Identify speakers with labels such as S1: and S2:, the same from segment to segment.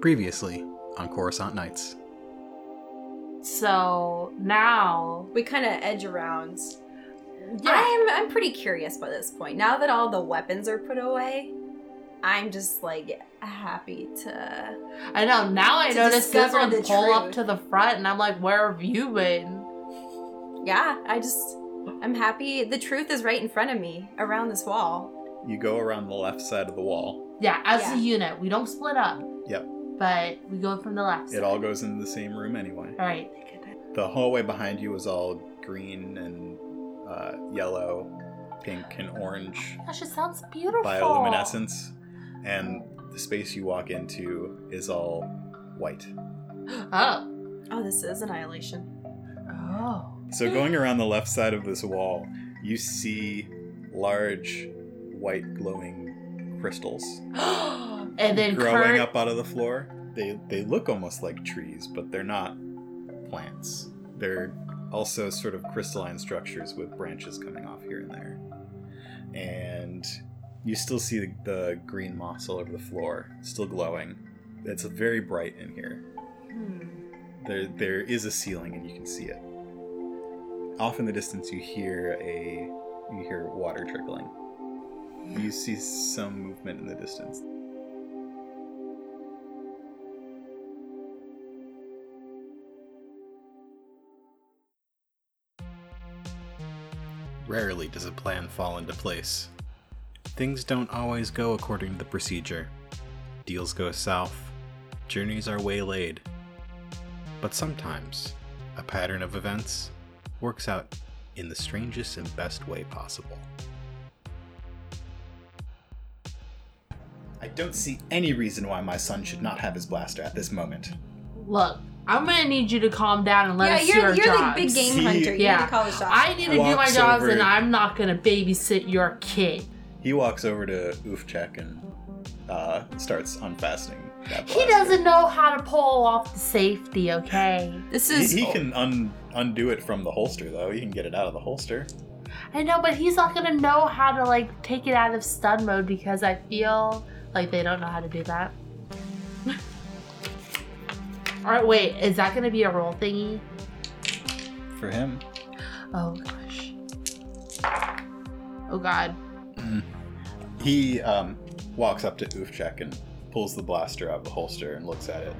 S1: Previously on Coruscant Nights.
S2: So now,
S3: We kind of edge around.
S2: yeah,
S3: I'm I'm pretty curious by this point. Now that all the weapons are put away, I'm just like happy to.
S2: I, know. Now I
S3: To
S2: notice this
S3: discover
S2: one
S3: the
S2: pull up
S3: truth.
S2: to the front, and I'm like, "Where have you been?"
S3: Yeah, I just I'm happy. The truth is right in front of me, around this wall.
S4: You go around the left side of the wall.
S2: Yeah, as
S3: Yeah.
S2: a unit, we don't split up.
S4: Yep.
S2: But we go from the left.
S4: It all goes into the same room anyway.
S2: all right.
S4: The hallway behind you is all green and uh, yellow, pink and orange
S2: Gosh, it sounds beautiful.
S4: bioluminescence, and the space you walk into is all white.
S2: Oh.
S3: Oh, this is annihilation.
S2: Oh.
S4: So going around the left side of this wall, you see large white glowing crystals
S2: and then
S4: growing
S2: Kurt,
S4: up out of the floor. They they look almost like trees, but they're not plants. They're also sort of crystalline structures with branches coming off here and there. And you still see the, the green moss all over the floor, still glowing. It's very bright in here.
S3: Hmm.
S4: There, there is a ceiling, and you can see it. Off in the distance, you hear a, you hear water trickling. You see some movement in the distance.
S1: Rarely does a plan fall into place. Things don't always go according to the procedure. Deals go south. Journeys are waylaid. But sometimes, a pattern of events works out in the strangest and best way possible.
S4: I don't see any reason why my son should not have his blaster at this moment.
S2: look, I'm gonna need you to calm down and let
S3: yeah,
S2: us do
S3: you're
S2: our
S3: you're
S2: jobs.
S3: the big game
S4: See?
S3: hunter. You yeah.
S2: Yeah.
S3: need to call the shot.
S2: I need to do my
S4: Walks
S2: jobs, and
S4: over.
S2: I'm not gonna babysit your kid.
S4: He walks over to Oofcheck and uh, starts unfastening that
S2: He
S4: blaster.
S2: doesn't know how to pull off the safety, okay?
S3: this
S4: He,
S3: is
S4: he can un, undo it from the holster, though. He can get it out of the holster.
S2: I know, but he's not gonna know how to like take it out of stun mode because I feel like they don't know how to do that. All right, wait, is that gonna be a roll thingy?
S4: For him.
S2: Oh gosh. Oh god.
S4: He um, walks up to Oofcheck and pulls the blaster out of the holster and looks at it,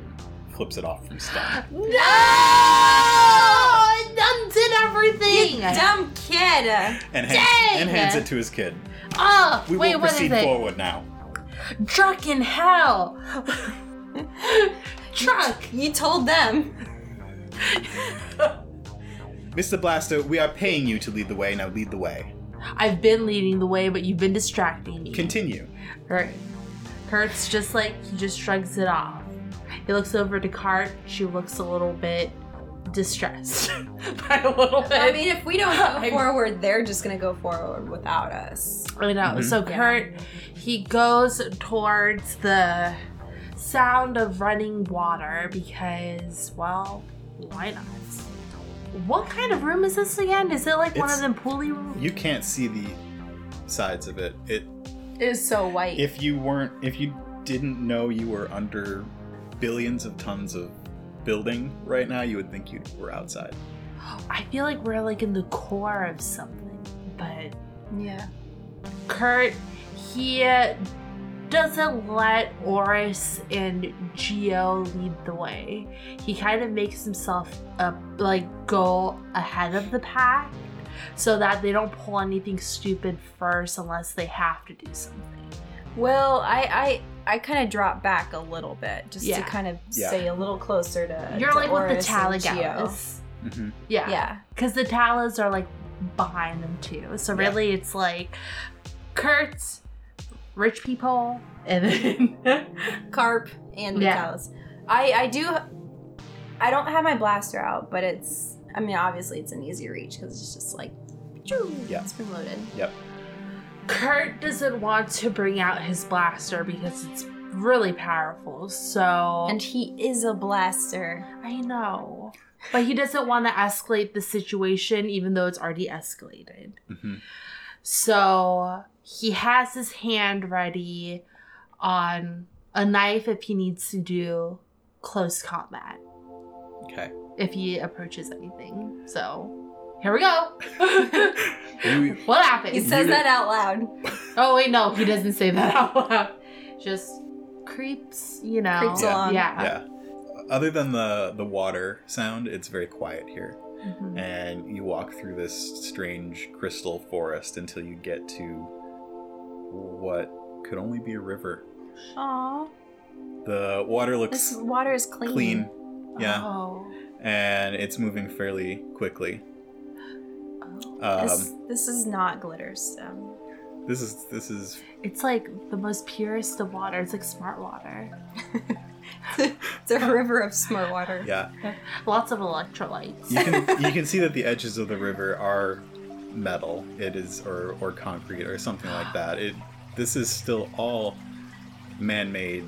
S4: flips it off from stun.
S2: No! It undid everything.
S3: dumb kid.
S4: And,
S2: Dang!
S4: hands, and hands it to his kid.
S2: Oh,
S4: We
S2: wait,
S4: will
S2: what is
S4: proceed
S2: it?
S4: forward now.
S2: Truck in hell. Truck.
S3: You told them.
S4: Mr. Blaster, we are paying you to lead the way. Now lead the way.
S2: I've been leading the way, but you've been distracting me.
S4: Continue.
S2: Kurt. Kurt's just like he just shrugs it off. He looks over to Cart. She looks a little bit distressed by a little bit.
S3: I mean, if we don't go
S2: I'm-
S3: forward, they're just gonna go forward without us.
S2: I know.
S4: Mhm.
S2: So
S3: Yeah.
S2: Mm-hmm. Kurt, he goes towards the sound of running water because, well, why not? What kind of room is this again? Is it like one
S4: It's-
S2: of them pooley rooms?
S4: You can't see the sides of it. It
S3: It is so white.
S4: if you weren't if you didn't know you were under billions of tons of building right now you would think you were outside
S2: I feel like we're like in the core of something, but
S3: yeah.
S2: Kurt, he uh, doesn't let Oris and Geo lead the way. He kind of makes himself up, like go ahead of the pack, so that they don't pull anything stupid first unless they have to do something.
S3: Well, I I I kind of drop back a little bit just
S2: Yeah.
S3: to kind of
S4: Yeah.
S3: stay a little closer to.
S2: You're
S3: to
S2: like with
S3: Uh, Oris
S2: the
S3: and
S2: Talagalas.
S4: mm-hmm.
S3: Gio.
S2: Yeah.
S3: Yeah.
S2: because the Talas are like behind them too. So
S4: Yeah.
S2: really, it's like Kurt's rich people, and then
S3: Carp and the
S2: Yeah.
S3: Talas. I I do. I don't have my blaster out, but it's. I mean, obviously, it's an easy reach because it's just like.
S4: Yeah.
S3: It's been loaded.
S2: Kurt doesn't want to bring out his blaster because it's really powerful. So
S3: And he is a blaster.
S2: I know, but he doesn't want to escalate the situation, even though it's already escalated.
S4: Mm-hmm.
S2: So he has his hand ready on a knife if he needs to do close combat
S4: Okay.
S2: if he approaches anything. So here we go.
S4: You-
S2: what happens?
S3: He says
S4: You-
S3: that out loud.
S2: oh wait, no, he doesn't say that out loud. Just creeps, you know.
S3: Creeps
S4: Yeah.
S3: along.
S2: Yeah.
S4: yeah. Other than the the water sound, it's very quiet here.
S2: Mhm.
S4: and you walk through this strange crystal forest until you get to what could only be a river.
S3: Aw.
S4: The water
S3: This
S4: looks
S3: water is clean.
S4: clean, yeah,
S2: Oh.
S4: and it's moving fairly quickly.
S2: Oh.
S4: Um,
S3: This, this is not glitter stone.
S4: this is this is
S2: It's like the most purest of water. It's like smart water.
S3: It's a river of smart water.
S4: yeah.
S2: Lots of electrolytes.
S4: You can you can see that the edges of the river are metal. It is or or concrete or something like that. It this is still all man-made,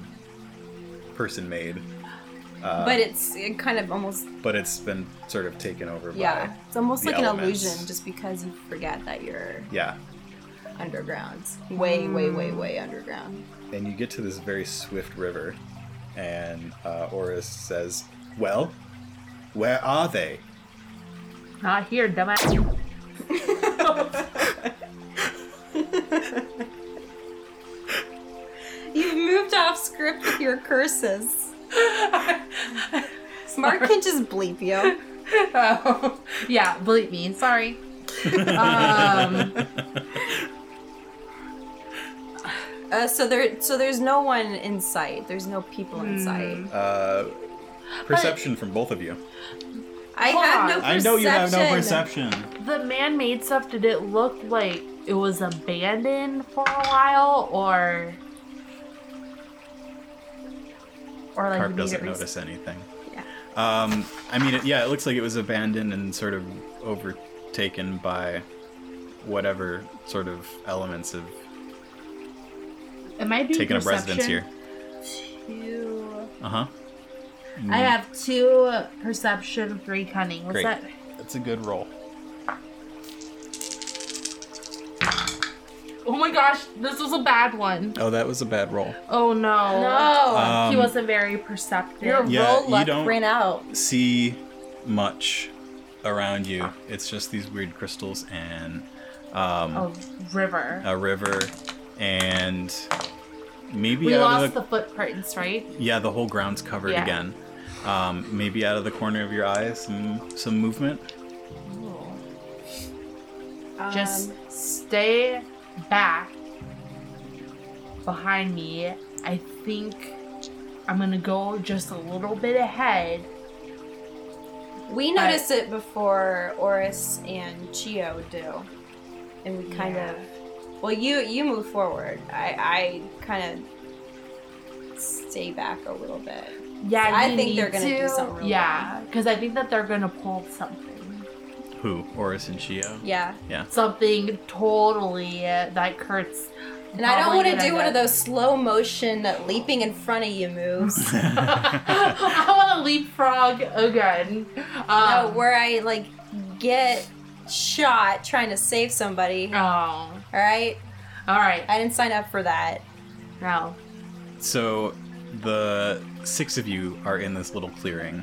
S4: person-made. Uh,
S3: But it's it kind of almost
S4: but it's been sort of taken over
S3: yeah. It's almost
S4: the
S3: like
S4: elements.
S3: an illusion just because you forget that you're
S4: by yeah
S3: underground. Way, way, way,
S2: Mm.
S3: way underground.
S4: and you get to this very swift river and uh, oris says well where are they
S2: Not here, dumbass.
S3: You've moved off script with your curses. Mark can just bleep you.
S2: oh. Yeah, believe me. Sorry. Um,
S3: Uh, so there, so there's no one in sight. There's no people
S4: Hmm.
S3: in sight.
S4: uh, perception from both of you
S3: I
S2: Hold
S3: have
S2: on.
S3: no perception.
S4: i know you have no perception
S2: the man-made stuff. Did it look like it was abandoned for a while, or or like
S4: carp
S2: needed
S4: doesn't
S2: rec-
S4: notice anything
S3: Yeah.
S4: um, i mean it, yeah it looks like it was abandoned and sort of overtaken by whatever sort of elements have
S2: Am I doing
S4: taken up
S2: perception?
S4: residence here
S2: Two.
S4: uh-huh
S2: I have two perception, three cunning. What's
S4: Great.
S2: that?
S4: that's a good roll
S2: Oh my gosh, this was a bad one.
S4: oh that was a bad roll
S2: Oh no.
S3: No.
S4: Um,
S2: he wasn't very perceptive.
S3: Your
S4: Yeah,
S3: roll
S4: you
S3: luck
S4: don't-
S3: ran out.
S4: see much around you. It's just these weird crystals and um,
S2: a river.
S4: a river and maybe
S2: we
S4: out
S2: lost
S4: of the,
S2: the footprints, right?
S4: yeah the whole ground's covered
S2: Yeah.
S4: again. Um, maybe out of the corner of your eye, some some movement.
S2: Just
S3: Um,
S2: stay back behind me. I think I'm gonna go just a little bit ahead.
S3: we
S2: but-
S3: notice it before Oris and Chio do, and we kind
S2: Yeah.
S3: of. Well, you you move forward. I I kind of stay back a little bit.
S2: Yeah,
S3: I
S2: you
S3: think they're
S2: need
S3: gonna do
S2: to.
S3: something really
S2: yeah, because I think that they're gonna pull something.
S4: Who? Oris and Shio.
S3: Yeah,
S2: Something totally that Kurt's.
S3: and I don't
S2: probably
S3: want to
S2: gonna
S3: do
S2: end
S3: one of
S2: up-
S3: those slow motion leaping in front of you moves.
S2: I want to leapfrog again. Um,
S3: uh, where I like get shot trying to save somebody. All
S2: Oh,
S3: right,
S2: all right.
S3: I didn't sign up for that.
S2: No.
S4: So the six of you are in this little clearing.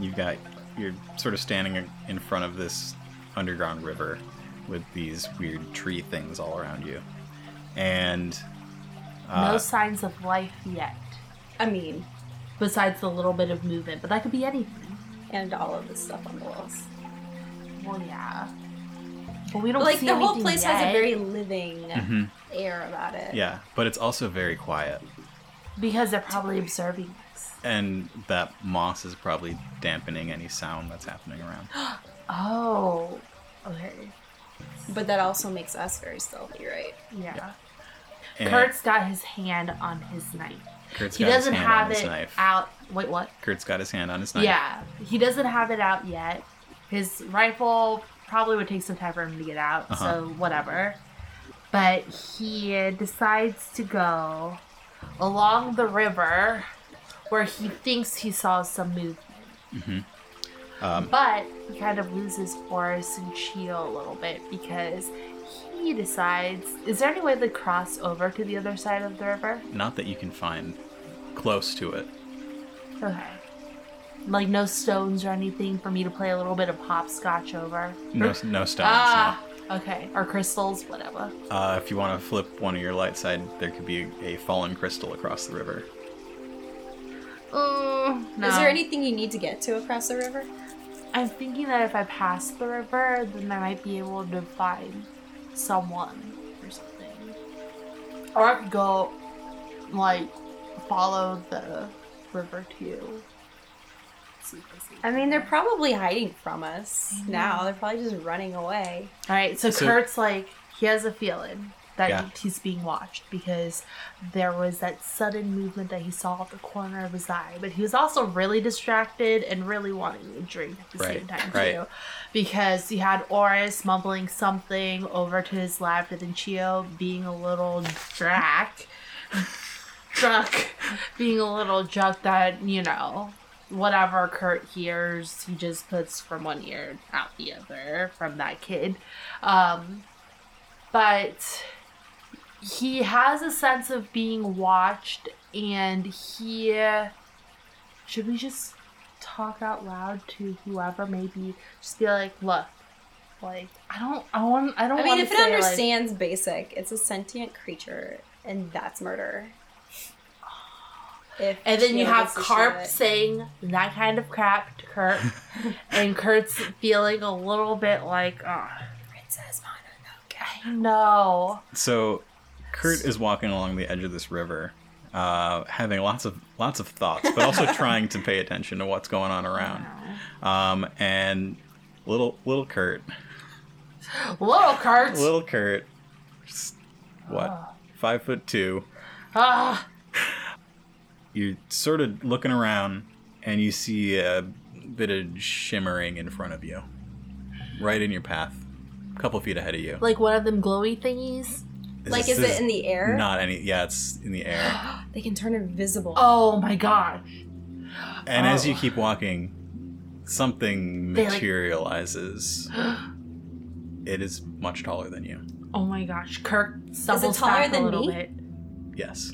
S4: You've got you're sort of standing in front of this underground river with these weird tree things all around you, and
S2: no
S4: uh,
S2: signs of life yet,
S3: I mean,
S2: besides the little bit of movement. But that could be anything.
S3: and all of this stuff on the walls.
S2: Well, yeah. But we don't
S3: Like
S2: see
S3: the whole
S2: anything
S3: place has
S2: yet
S3: a very living
S4: mhm,
S3: air about it.
S4: yeah, but it's also very quiet,
S2: because they're probably observing us.
S4: and that moss is probably dampening any sound that's happening around.
S2: Oh, okay.
S3: But that also makes us very stealthy, right?
S2: Yeah.
S4: And
S2: Kurt's got his hand on his knife.
S4: Kurt's
S2: he
S4: got his
S2: doesn't
S4: hand
S2: have
S4: on his
S2: it
S4: knife.
S2: out. Wait, what?
S4: Kurt's got his hand on his knife.
S2: Yeah, he doesn't have it out yet. His rifle probably would take some time for him to get out,
S4: Uh-huh.
S2: so whatever. But he decides to go along the river where he thinks he saw some movement.
S4: hmm Um,
S2: But he kind of loses Boris and Chio a little bit because he decides is there any way to cross over to the other side of the river?
S4: not that you can find. close to it.
S2: Okay. Like no stones or anything for me to play a little bit of hopscotch over.
S4: No, no stones.
S2: ah. Okay. Or crystals, whatever.
S4: no. Uh, if you want to flip one of your light side, there could be a fallen crystal across the river.
S2: Mm, no.
S3: Is there anything you need to get to across the river?
S2: I'm thinking that if I pass the river, then I might be able to find someone or something. Or I could go, like, follow the river too. See if see
S3: I mean, they're probably hiding from us
S2: I know.
S3: now. They're probably just running away.
S2: All right, so,
S4: So-
S2: Kurt's like he has a feeling that
S4: Yeah.
S2: he's being watched because there was that sudden movement that he saw at the corner of his eye, but he was also really distracted and really wanting a drink at the same
S4: Right,
S2: time
S4: right.
S2: too, because he had Oris mumbling something over to his left, and then Chio being a little drac, drunk, being a little drunk that you know whatever Kurt hears, he just puts from one ear out the other from that kid. Um, but he has a sense of being watched, and he. Should we just talk out loud to whoever? Maybe just be like, look, like I don't, I want, I don't.
S3: I mean,
S2: wanna
S3: if it
S2: say, like-
S3: understands basic, it's a sentient creature, and that's murder. Oh. If
S2: And then
S3: she
S2: you have
S3: gets to
S2: Carp
S3: shoot it.
S2: saying that kind of crap to Kurt, and Kurt's feeling a little bit like, oh,
S3: Princess Mononoke.
S2: I know.
S4: So, Kurt is walking along the edge of this river, uh, having lots of lots of thoughts, but also trying to pay attention to what's going on around. Um, and little little Kurt,
S2: Little Kurt.
S4: little Kurt, s- what
S2: Ah.
S4: five foot two,
S2: Ah,
S4: you're sort of looking around and you see a bit of shimmering in front of you, right in your path, a couple feet ahead of you.
S2: like one of them glowy thingies.
S4: This
S3: Like, is
S4: this
S3: it in the air?
S4: Not any. Yeah, it's in the air.
S3: They can turn invisible.
S2: Oh my god.
S4: And as
S2: Oh.
S4: you keep walking, something
S2: They, like-
S4: materializes. it is much taller than you.
S2: Oh my gosh. Kirk stumbles
S3: taller
S2: back a
S3: than
S2: little
S3: me?
S2: bit.
S4: Yes.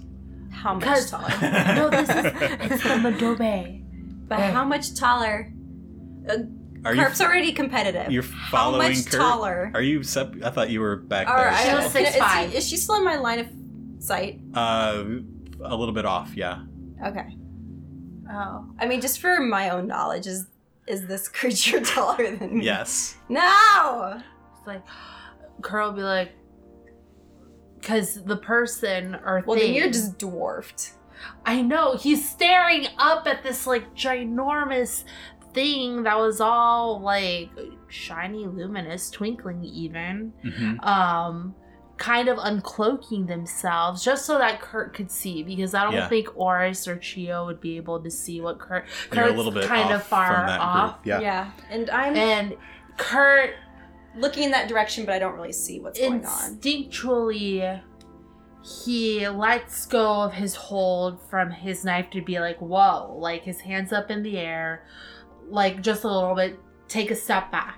S3: How much
S2: 'Cause-
S3: taller?
S2: No, this is it's the Madobe.
S3: But
S2: Hey.
S3: how much taller? Uh,
S4: Are you?
S3: Carp's already competitive.
S4: You're
S3: how
S4: following
S3: much
S4: Kurt?
S3: taller?
S4: Are you? Sep- I thought you were back
S3: All
S4: there.
S3: right,
S2: She
S4: still.
S2: was
S3: is-
S2: six
S3: is,
S2: five.
S3: is she still in my line of sight?
S4: Uh, a little bit off. Yeah.
S3: Okay.
S2: Oh.
S3: I mean, just for my own knowledge, is is this creature taller than me?
S4: Yes.
S3: No.
S2: It's like Kurt will be like Cause the person or
S3: Well,
S2: thing,
S3: then you're just dwarfed.
S2: I know he's staring up at this like ginormous thing that was all like shiny, luminous, twinkling even.
S4: Mhm.
S2: um kind of uncloaking themselves just so that Kurt could see because I don't
S4: Yeah.
S2: think Oris or Chio would be able to see what Kurt Kurt's
S4: You're a little bit
S2: kind
S4: off
S2: of far
S4: from that
S2: off.
S4: group. Yeah.
S3: And I'm
S2: And Kurt
S3: looking in that direction, but I don't really see what's going on.
S2: instinctually he lets go of his hold from his knife to be like whoa like his hands up in the air like just a little bit take a step back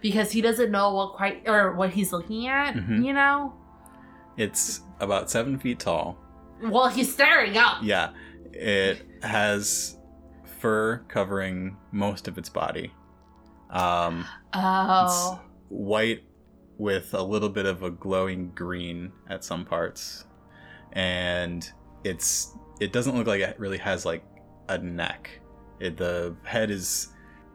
S2: because he doesn't know what quite or what he's looking at
S4: Mhm.
S2: you know
S4: It's about seven feet tall.
S2: well he's staring up
S4: Yeah. It has fur covering most of its body. Um,
S2: Oh.
S4: white with a little bit of a glowing green at some parts, and it's it doesn't look like it really has like a neck. It, the head is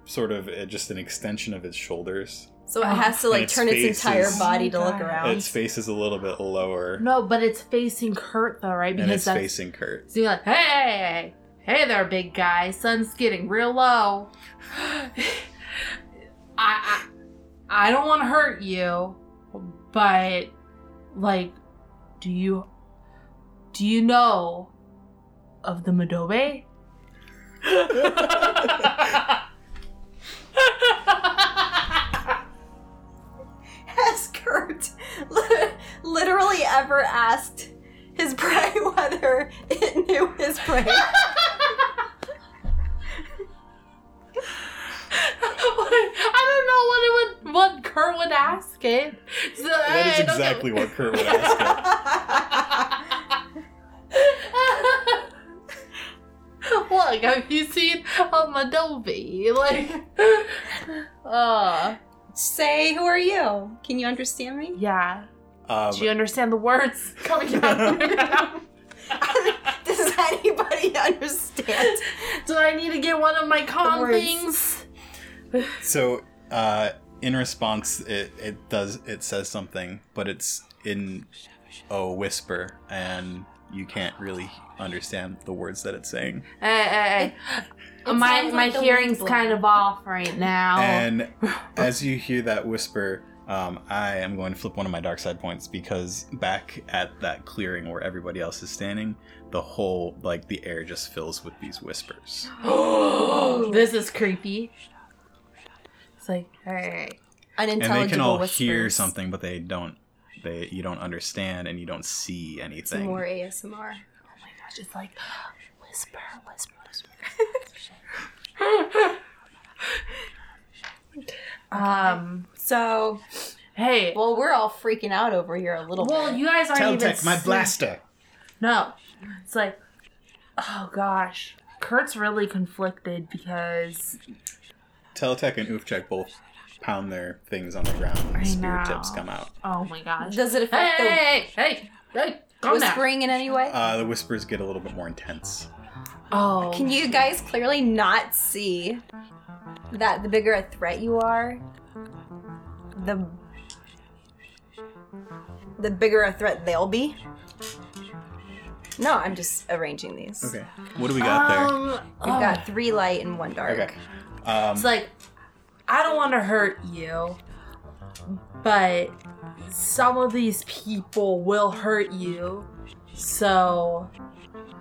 S4: sort of uh, just an extension of its shoulders.
S3: So it has to like
S4: its
S3: turn
S4: face
S3: its entire
S4: is-
S3: body to
S2: Oh my
S3: look
S2: God.
S3: around.
S4: Its face is a little bit lower,
S2: No, but it's facing Kurt though, right?
S4: and it's
S2: Because that's
S4: facing Kurt.
S2: so you're like, hey, hey there, big guy. Sun's getting real low. I, I I don't want to hurt you, but like, do you do you know of the Madobe?
S3: Has Kurt li- literally ever asked his prey whether it knew his prey?
S2: I don't know what it would what Kurt would ask it. So,
S4: That is
S2: I don't
S4: exactly
S2: know.
S4: what Kurt would ask. it.
S2: fuck have you seen um, Adobe? Like, uh,
S3: Say, who are you? Can you understand me?
S2: yeah.
S4: Um,
S2: Do you understand the words coming out of your mouth?
S3: Does anybody understand?
S2: Do I need to get one of my con
S3: words.
S2: things?
S4: so uh, in response, it, it does it says something, but it's in a whisper, and you can't really understand the words that it's saying.
S2: Hey, hey, hey. eh, Uh, my
S3: sounds
S2: my
S3: like the
S2: hearing's
S3: wind
S2: kind of off right now.
S4: And as you hear that whisper, um, I am going to flip one of my dark side points because back at that clearing where everybody else is standing, the whole like the air just fills with these whispers.
S2: this is creepy. It's like, hey,
S3: Unintelligible
S4: and they can all
S3: whispers.
S4: hear something, but they don't. They you don't understand and you don't see
S3: Some
S4: anything.
S3: more ASMR.
S2: oh my gosh, it's like whisper, whisper, whisper. um.
S3: So,
S2: Hey. Well,
S3: well, we're all freaking out over here a little bit.
S2: you guys aren't even.
S4: Teltec, my
S2: see-
S4: blaster.
S2: No. It's like, oh gosh, Kurt's really conflicted because
S4: Teltec and Oofcheck both pound their things on the ground
S2: I
S4: and spear
S2: know.
S4: tips come out.
S2: oh my gosh.
S3: Does it affect
S2: Hey, hey, hey, hey,
S3: the
S2: calm down.
S3: whispering in any way?
S4: Uh, the whispers get a little bit more intense.
S2: Oh,
S3: Can you guys clearly not see that the bigger a threat you are, the the bigger a threat they'll be? No, I'm just arranging these.
S4: Okay. What do we got
S2: Um,
S3: We've
S2: oh.
S3: got three light and one dark.
S4: there? Okay. Um,
S2: It's like, I don't want to hurt you, but some of these people will hurt you. So,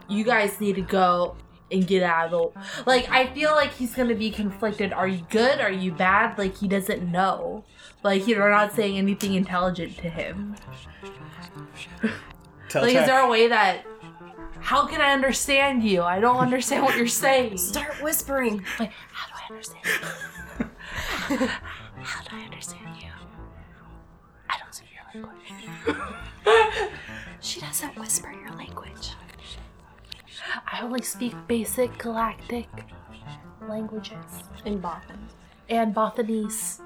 S2: you guys need to go and get out of the. Like, I feel like he's gonna be conflicted. Are you good? Are you bad? Like, he doesn't know. Like, you're not saying anything intelligent to him. Like, is
S4: Teltec-
S2: there a way that. How can I understand you? I don't understand what you're saying.
S3: Start whispering.
S2: Like, how do I understand you? how do I understand you? I don't see your language.
S3: She doesn't whisper your language.
S2: I only speak basic galactic languages
S3: In Boffin.
S2: and Bothanese.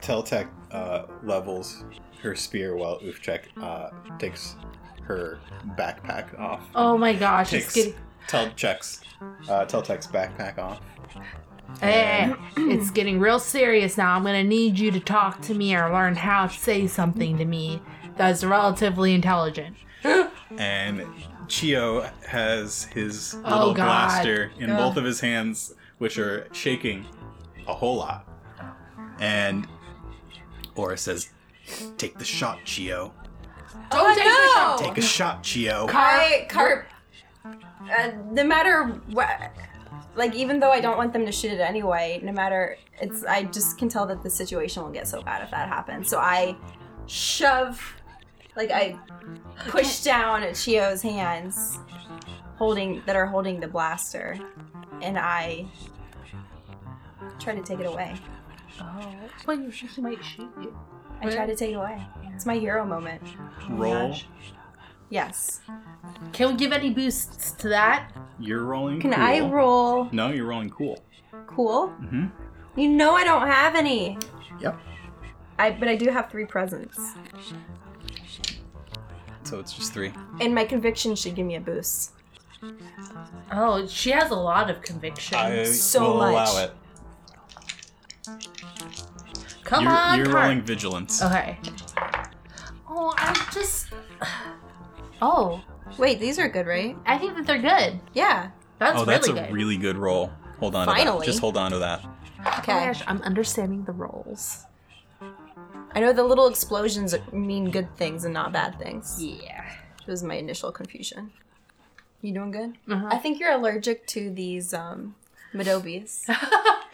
S4: Teltec uh, levels her spear while Oofcheck uh, takes her backpack off.
S2: Oh my gosh, it's
S4: takes
S2: getting
S4: Teltec's uh, Teltec's backpack off.
S2: Eh, it's getting real serious now. I'm gonna need you to talk to me or learn how to say something to me that's relatively intelligent.
S4: and Chio has his
S2: Oh,
S4: little
S2: God.
S4: blaster in
S2: Ugh.
S4: both of his hands, which are shaking a whole lot. And Aura says, "Take the shot, Chio.
S3: Oh,
S2: Don't take the shot.
S4: Take a shot, Chio."
S3: I carp. Uh, no matter what, like even though I don't want them to shoot it anyway, no matter it's, I just can tell that the situation will get so bad if that happens. So I shove, like I push down at Chio's hands, holding that are holding the blaster, and I try to take it away.
S2: Oh, well, she might shoot you.
S3: I try to take it away. It's my hero moment.
S4: Roll.
S3: Yes.
S2: Can we give any boosts to that?
S4: You're rolling.
S3: Can
S4: cool.
S3: I roll
S4: No, you're rolling cool.
S3: cool?
S4: Mm-hmm.
S3: You know I don't have any.
S4: Yep.
S3: I but I do have three presents,
S4: So it's just three.
S3: and my conviction should give me a boost.
S2: Oh, she has a lot of conviction.
S3: So much.
S4: allow it.
S2: Come
S4: you're
S2: on,
S4: you're
S2: Kurt.
S4: rolling vigilance.
S2: Okay. Oh, I just. Oh,
S3: Wait, these are good, right?
S2: I think that they're good.
S3: Yeah.
S2: That's
S4: oh, that's
S2: really
S4: a
S2: good.
S4: really good roll. Hold on. To that.
S3: Finally.
S4: Just hold on to that.
S2: Oh my
S3: Okay.
S2: gosh, I'm understanding the roles.
S3: I know the little explosions mean good things and not bad things.
S2: Yeah.
S3: Which was my initial confusion. You doing good?
S2: Uh-huh.
S3: I think you're allergic to these um Madobis.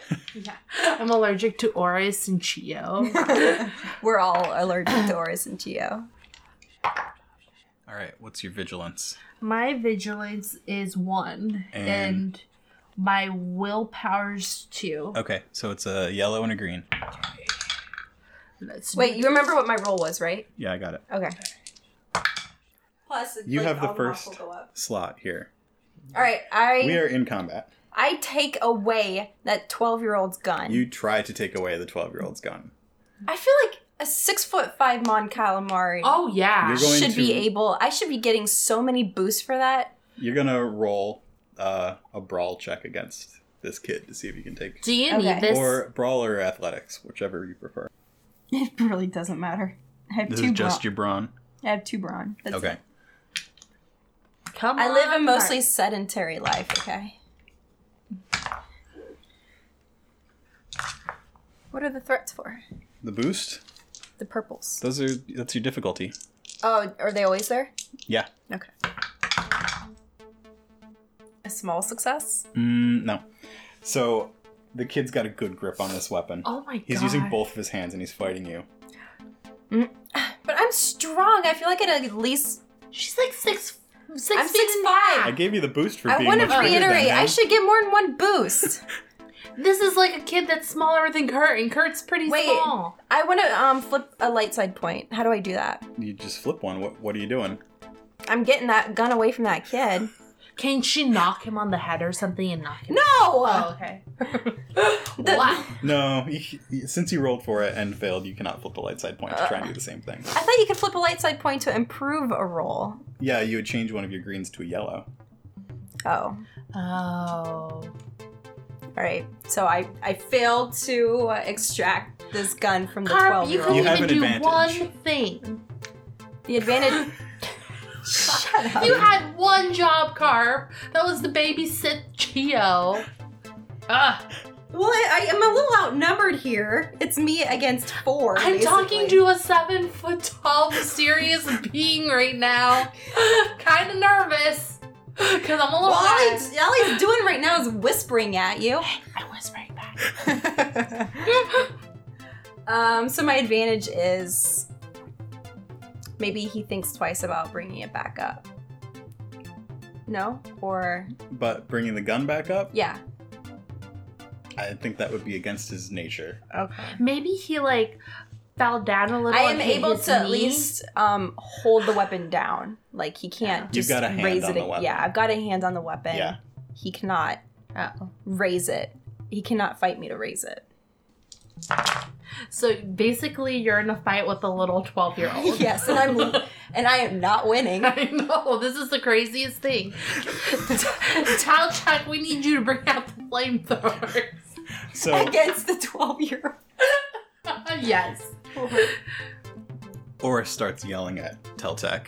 S2: I'm allergic to Oris and Chio.
S3: We're all allergic to Oris and Geo.
S4: All right. What's your vigilance?
S2: my vigilance is one,
S4: And-
S2: and, my willpower's two.
S4: Okay. So it's a yellow and a green.
S2: Let's
S3: Wait, you remember what my roll was, right?
S4: Yeah, I got it.
S3: Okay. Plus,
S4: You like, have the all the first- Go up. slot here.
S3: All right, I
S4: We are in combat.
S3: I take away that twelve year old's gun.
S4: You try to take away the 12 year old's gun.
S3: I feel like a six foot five Mon Calamari
S2: Oh yeah.
S4: You're going
S3: should be
S4: to-
S3: able. I should be getting so many boosts for that.
S4: You're going to roll uh, a brawl check against this kid to see if you can take.
S2: Do you
S3: Okay.
S2: need this?
S4: Or brawl or athletics, whichever you prefer.
S3: It really doesn't matter. I have
S4: This is just your brawn.
S3: I have two brawn. That's
S4: Okay.
S3: it.
S2: Come
S3: I live a
S2: on.
S3: mostly sedentary life. Okay. What are the threats for?
S4: The boost.
S3: The purples.
S4: Those are that's your difficulty.
S3: Oh, are they always there?
S4: Yeah.
S3: Okay. A small success.
S4: Mm, no. So the kid's got a good grip on this weapon.
S2: Oh my god.
S4: he's using both of his hands and he's fighting you.
S3: But I'm strong. I feel like it at least.
S2: She's like six, six
S3: I'm
S2: feet
S3: six
S2: and
S3: five.
S2: back.
S4: I gave you the boost for
S3: I
S4: being
S3: want
S4: much
S3: to
S4: bigger than
S3: reiterate.
S4: him.
S3: I should get more than one boost.
S2: This is like a kid that's smaller than Kurt, and Kurt's pretty
S3: Wait.
S2: small.
S3: I want to um flip a light side point. How do I do that?
S4: You just flip one. What What are you doing?
S3: I'm getting that gun away from that kid.
S2: Can she knock him on the head or something and knock him?
S3: No. Oh,
S2: okay.
S3: The-
S2: wow.
S4: No. you- you- since you rolled for it and failed, you cannot flip a light side point to try and do the same thing.
S3: I thought you could flip a light side point to improve a roll.
S4: Yeah, you would change one of your greens to a yellow.
S3: Oh,
S2: Oh.
S3: all right. So I I failed to uh, extract this gun from the
S2: Carp,
S3: twelve
S2: you
S3: year
S2: can
S4: You
S3: old.
S4: have
S2: even
S4: an
S2: do
S4: advantage.
S2: one thing.
S3: The advantage. Shut
S2: You
S3: up.
S2: had one job, Carp. That was the babysit Chio. Ugh.
S3: Well, I, I am a little outnumbered here. It's me against four.
S2: I'm talking
S3: basically.
S2: to a seven foot tall mysterious being right now. kind of nervous because I'm a little
S3: Well, all,
S2: red.
S3: he's, all he's doing right now is whispering at you.
S2: I'm whispering back.
S3: um, so my advantage is maybe he thinks twice about bringing it back up. No, or
S4: But bringing the gun back up,
S3: yeah.
S4: I think that would be against his nature.
S3: Okay.
S2: Maybe he like fell down a little.
S3: I
S2: and
S3: am
S2: hit
S3: able
S2: his
S3: to at
S2: knee.
S3: least um, hold the weapon down. Like he can't
S4: You've
S3: just
S4: got a hand
S3: raise
S4: on
S3: it.
S4: the weapon.
S3: Yeah, I've got a hand on the weapon.
S4: Yeah.
S3: He cannot
S2: Uh-oh.
S3: raise it. He cannot fight me to raise it.
S2: So basically, you're in a fight with a little twelve year old.
S3: yes, and I'm and I am not winning.
S2: I know this is the craziest thing. Talchak, we need you to bring out the flamethrowers.
S4: So,
S3: Against the 12 year old.
S2: yes.
S4: Oris starts yelling at Teltec.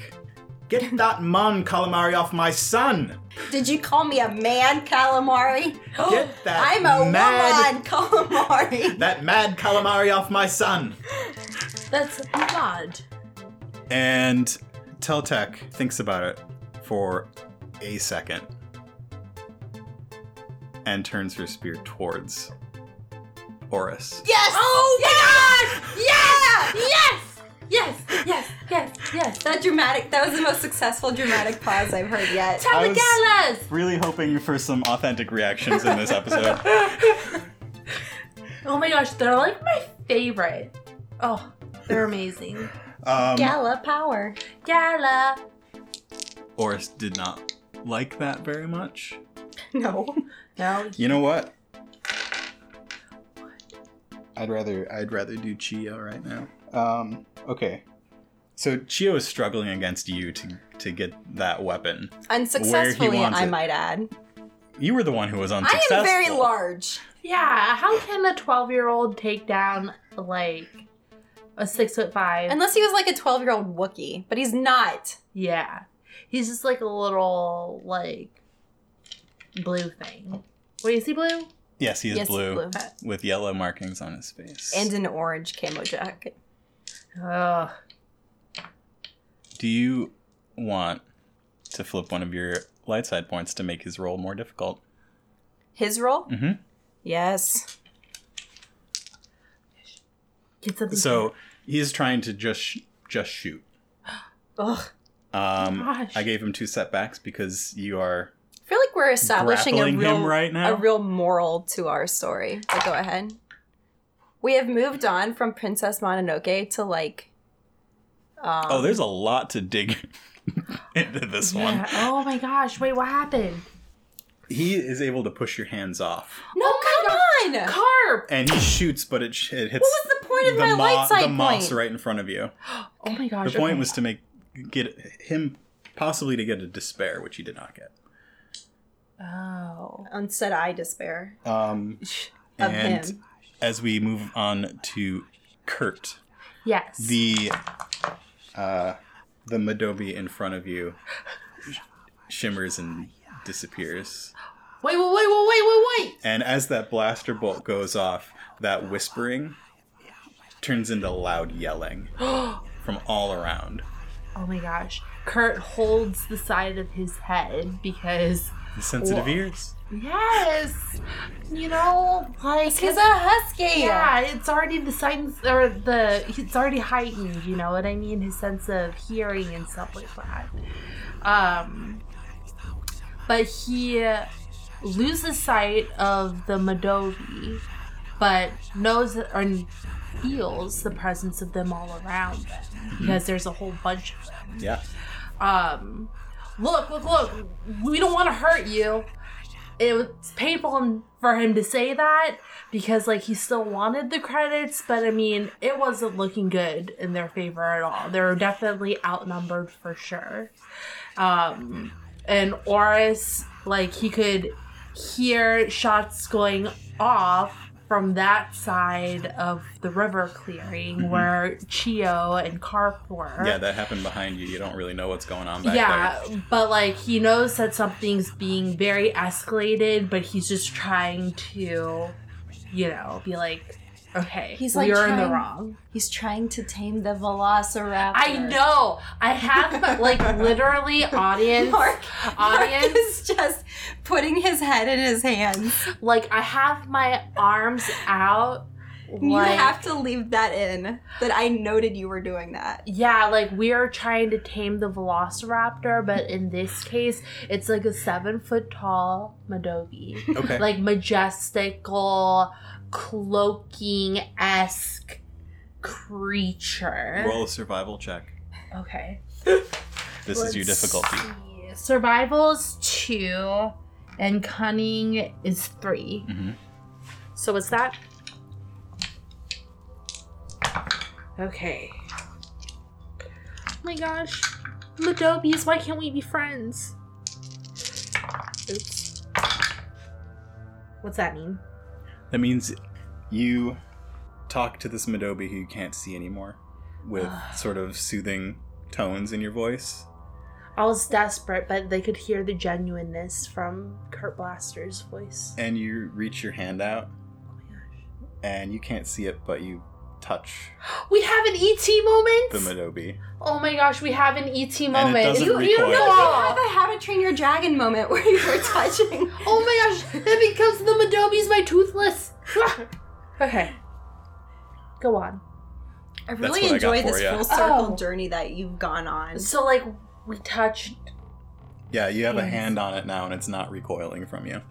S4: Get that mon calamari off my son!
S3: Did you call me a man calamari?
S4: Get that
S3: Oh, I'm a
S4: mad,
S3: woman calamari.
S4: that mad calamari off my son!
S2: That's God.
S4: And Teltec thinks about it for a second and turns her spear towards Oris.
S3: Yes! Oh my god! Yeah!
S2: Yes. Yes. Yes. Yes. Yes.
S3: That dramatic, that was the most successful dramatic pause I've heard yet.
S4: I
S2: Time
S4: was- Really hoping for some authentic reactions in this episode.
S2: Oh my gosh, they're like my favorite. Oh, they're amazing.
S4: Um,
S3: Gala power.
S2: Gala.
S4: Oris did not like that very much.
S3: No.
S2: No.
S4: You know what? I'd rather I'd rather do Chio right now. Um, okay. So Chio is struggling against you to to get that weapon.
S3: Unsuccessfully,
S4: wants
S3: I
S4: it.
S3: might add.
S4: You were the one who was
S3: I
S4: unsuccessful.
S3: am very large.
S2: Yeah, how can a 12 year old take down like a six foot five?
S3: Unless he was like a 12 year old Wookiee, but he's not.
S2: yeah. He's just like a little, like, blue thing. Wait, is he blue?
S4: Yes, he is
S3: Yes,
S4: blue,
S3: blue.
S4: with yellow markings on his face.
S3: And an orange camo jacket.
S2: Ugh.
S4: do you want to flip one of your light side points to make his roll more difficult?
S3: His role?
S4: Mhm.
S3: Yes.
S2: Get something.
S4: So he's trying to just sh- just shoot.
S3: Ugh.
S4: Um,
S2: Gosh.
S4: I gave him two setbacks because you are
S3: I feel like we're establishing a
S4: grappling
S3: real,
S4: him right now.
S3: a real moral to our story. But go ahead. We have moved on from Princess Mononoke to like. Um,
S4: oh, there's a lot to dig into this
S2: Yeah.
S4: one.
S2: Oh my gosh, wait, what happened?
S4: He is able to push your hands off,
S3: No, come on! What
S2: Carp!
S4: and he shoots, but it sh- it hits
S3: was the point of my
S4: mo-
S3: light
S4: the
S3: side
S4: moss
S3: point?
S4: right in front of you.
S2: Oh my gosh.
S4: The point
S2: okay.
S4: was to make get him possibly to get a despair, which he did not get.
S2: Oh.
S3: Unsaid eye despair.
S4: Um,
S3: Of
S4: and
S3: him.
S4: as we move on to Kurt,
S2: Yes.
S4: the uh, the Madobi in front of you sh- shimmers and disappears.
S2: Wait, wait, wait, wait, wait, wait, wait!
S4: And as that blaster bolt goes off, that whispering turns into loud yelling from all around.
S2: Oh my gosh. Kurt holds the side of his head because,
S4: Sensitive
S2: Whoa.
S4: ears.
S2: yes, you know, like.
S3: He's a husky.
S2: yeah, it's already the signs, or the. It's already heightened, you know what I mean? His sense of hearing and stuff like that. Um. But he loses sight of the Madovi, but knows or feels the presence of them all around them because there's a whole bunch of them.
S4: Yeah.
S2: um, look, look, look, we don't want to hurt you. It was painful for him to say that because, like, he still wanted the credits, but I mean, it wasn't looking good in their favor at all. They were definitely outnumbered for sure. Um, and Oris, like, he could hear shots going off from that side of the river clearing where Chio and Carp were
S4: Yeah, that happened behind you. You don't really know what's going on back
S2: yeah,
S4: there.
S2: but like he knows that something's being very escalated, but he's just trying to, you know, be like, okay,
S3: He's,
S2: we
S3: like,
S2: are in the
S3: trying-
S2: wrong.
S3: He's trying to tame the velociraptor.
S2: I know. I have like literally audience,
S3: Mark, Mark
S2: audience.
S3: is just putting his head in his hands.
S2: Like I have my arms out. Like,
S3: you have to leave that in. That I noted you were doing that.
S2: Yeah, like we are trying to tame the velociraptor, but in this case, it's like a seven foot tall Madogi.
S4: Okay.
S2: like majestical cloaking esque creature.
S4: Roll a survival check.
S2: Okay.
S4: This is your
S2: Let's
S4: difficulty.
S2: see. Survival's two and cunning is 3
S4: Mhm.
S2: So what's that? Okay. Oh my gosh. Madobies, why can't we be friends? Oops. What's that mean?
S4: That means you talk to this Madobi who you can't see anymore with sort of soothing tones in your voice.
S2: I was desperate, but they could hear the genuineness from Kurt Blaster's voice.
S4: And you reach your hand out
S2: Oh my gosh.
S4: and you can't see it, but you touch
S2: We have an ET
S4: the
S2: moment!
S4: Madobi.
S2: oh my gosh, we have an ET moment.
S4: doesn't
S2: you, you
S4: recoil.
S2: know!
S3: I have a How to Train Your Dragon moment where you were touching.
S2: Oh my gosh, it becomes the Madobi's my toothless! okay. Go on.
S3: I
S4: That's
S3: really
S4: what I got
S3: enjoy
S4: for
S3: this
S4: ya.
S3: full circle
S2: Oh.
S3: journey that you've gone on.
S2: So, like, we touched.
S4: Yeah, you have a
S2: Yes.
S4: hand on it now and it's not recoiling from you.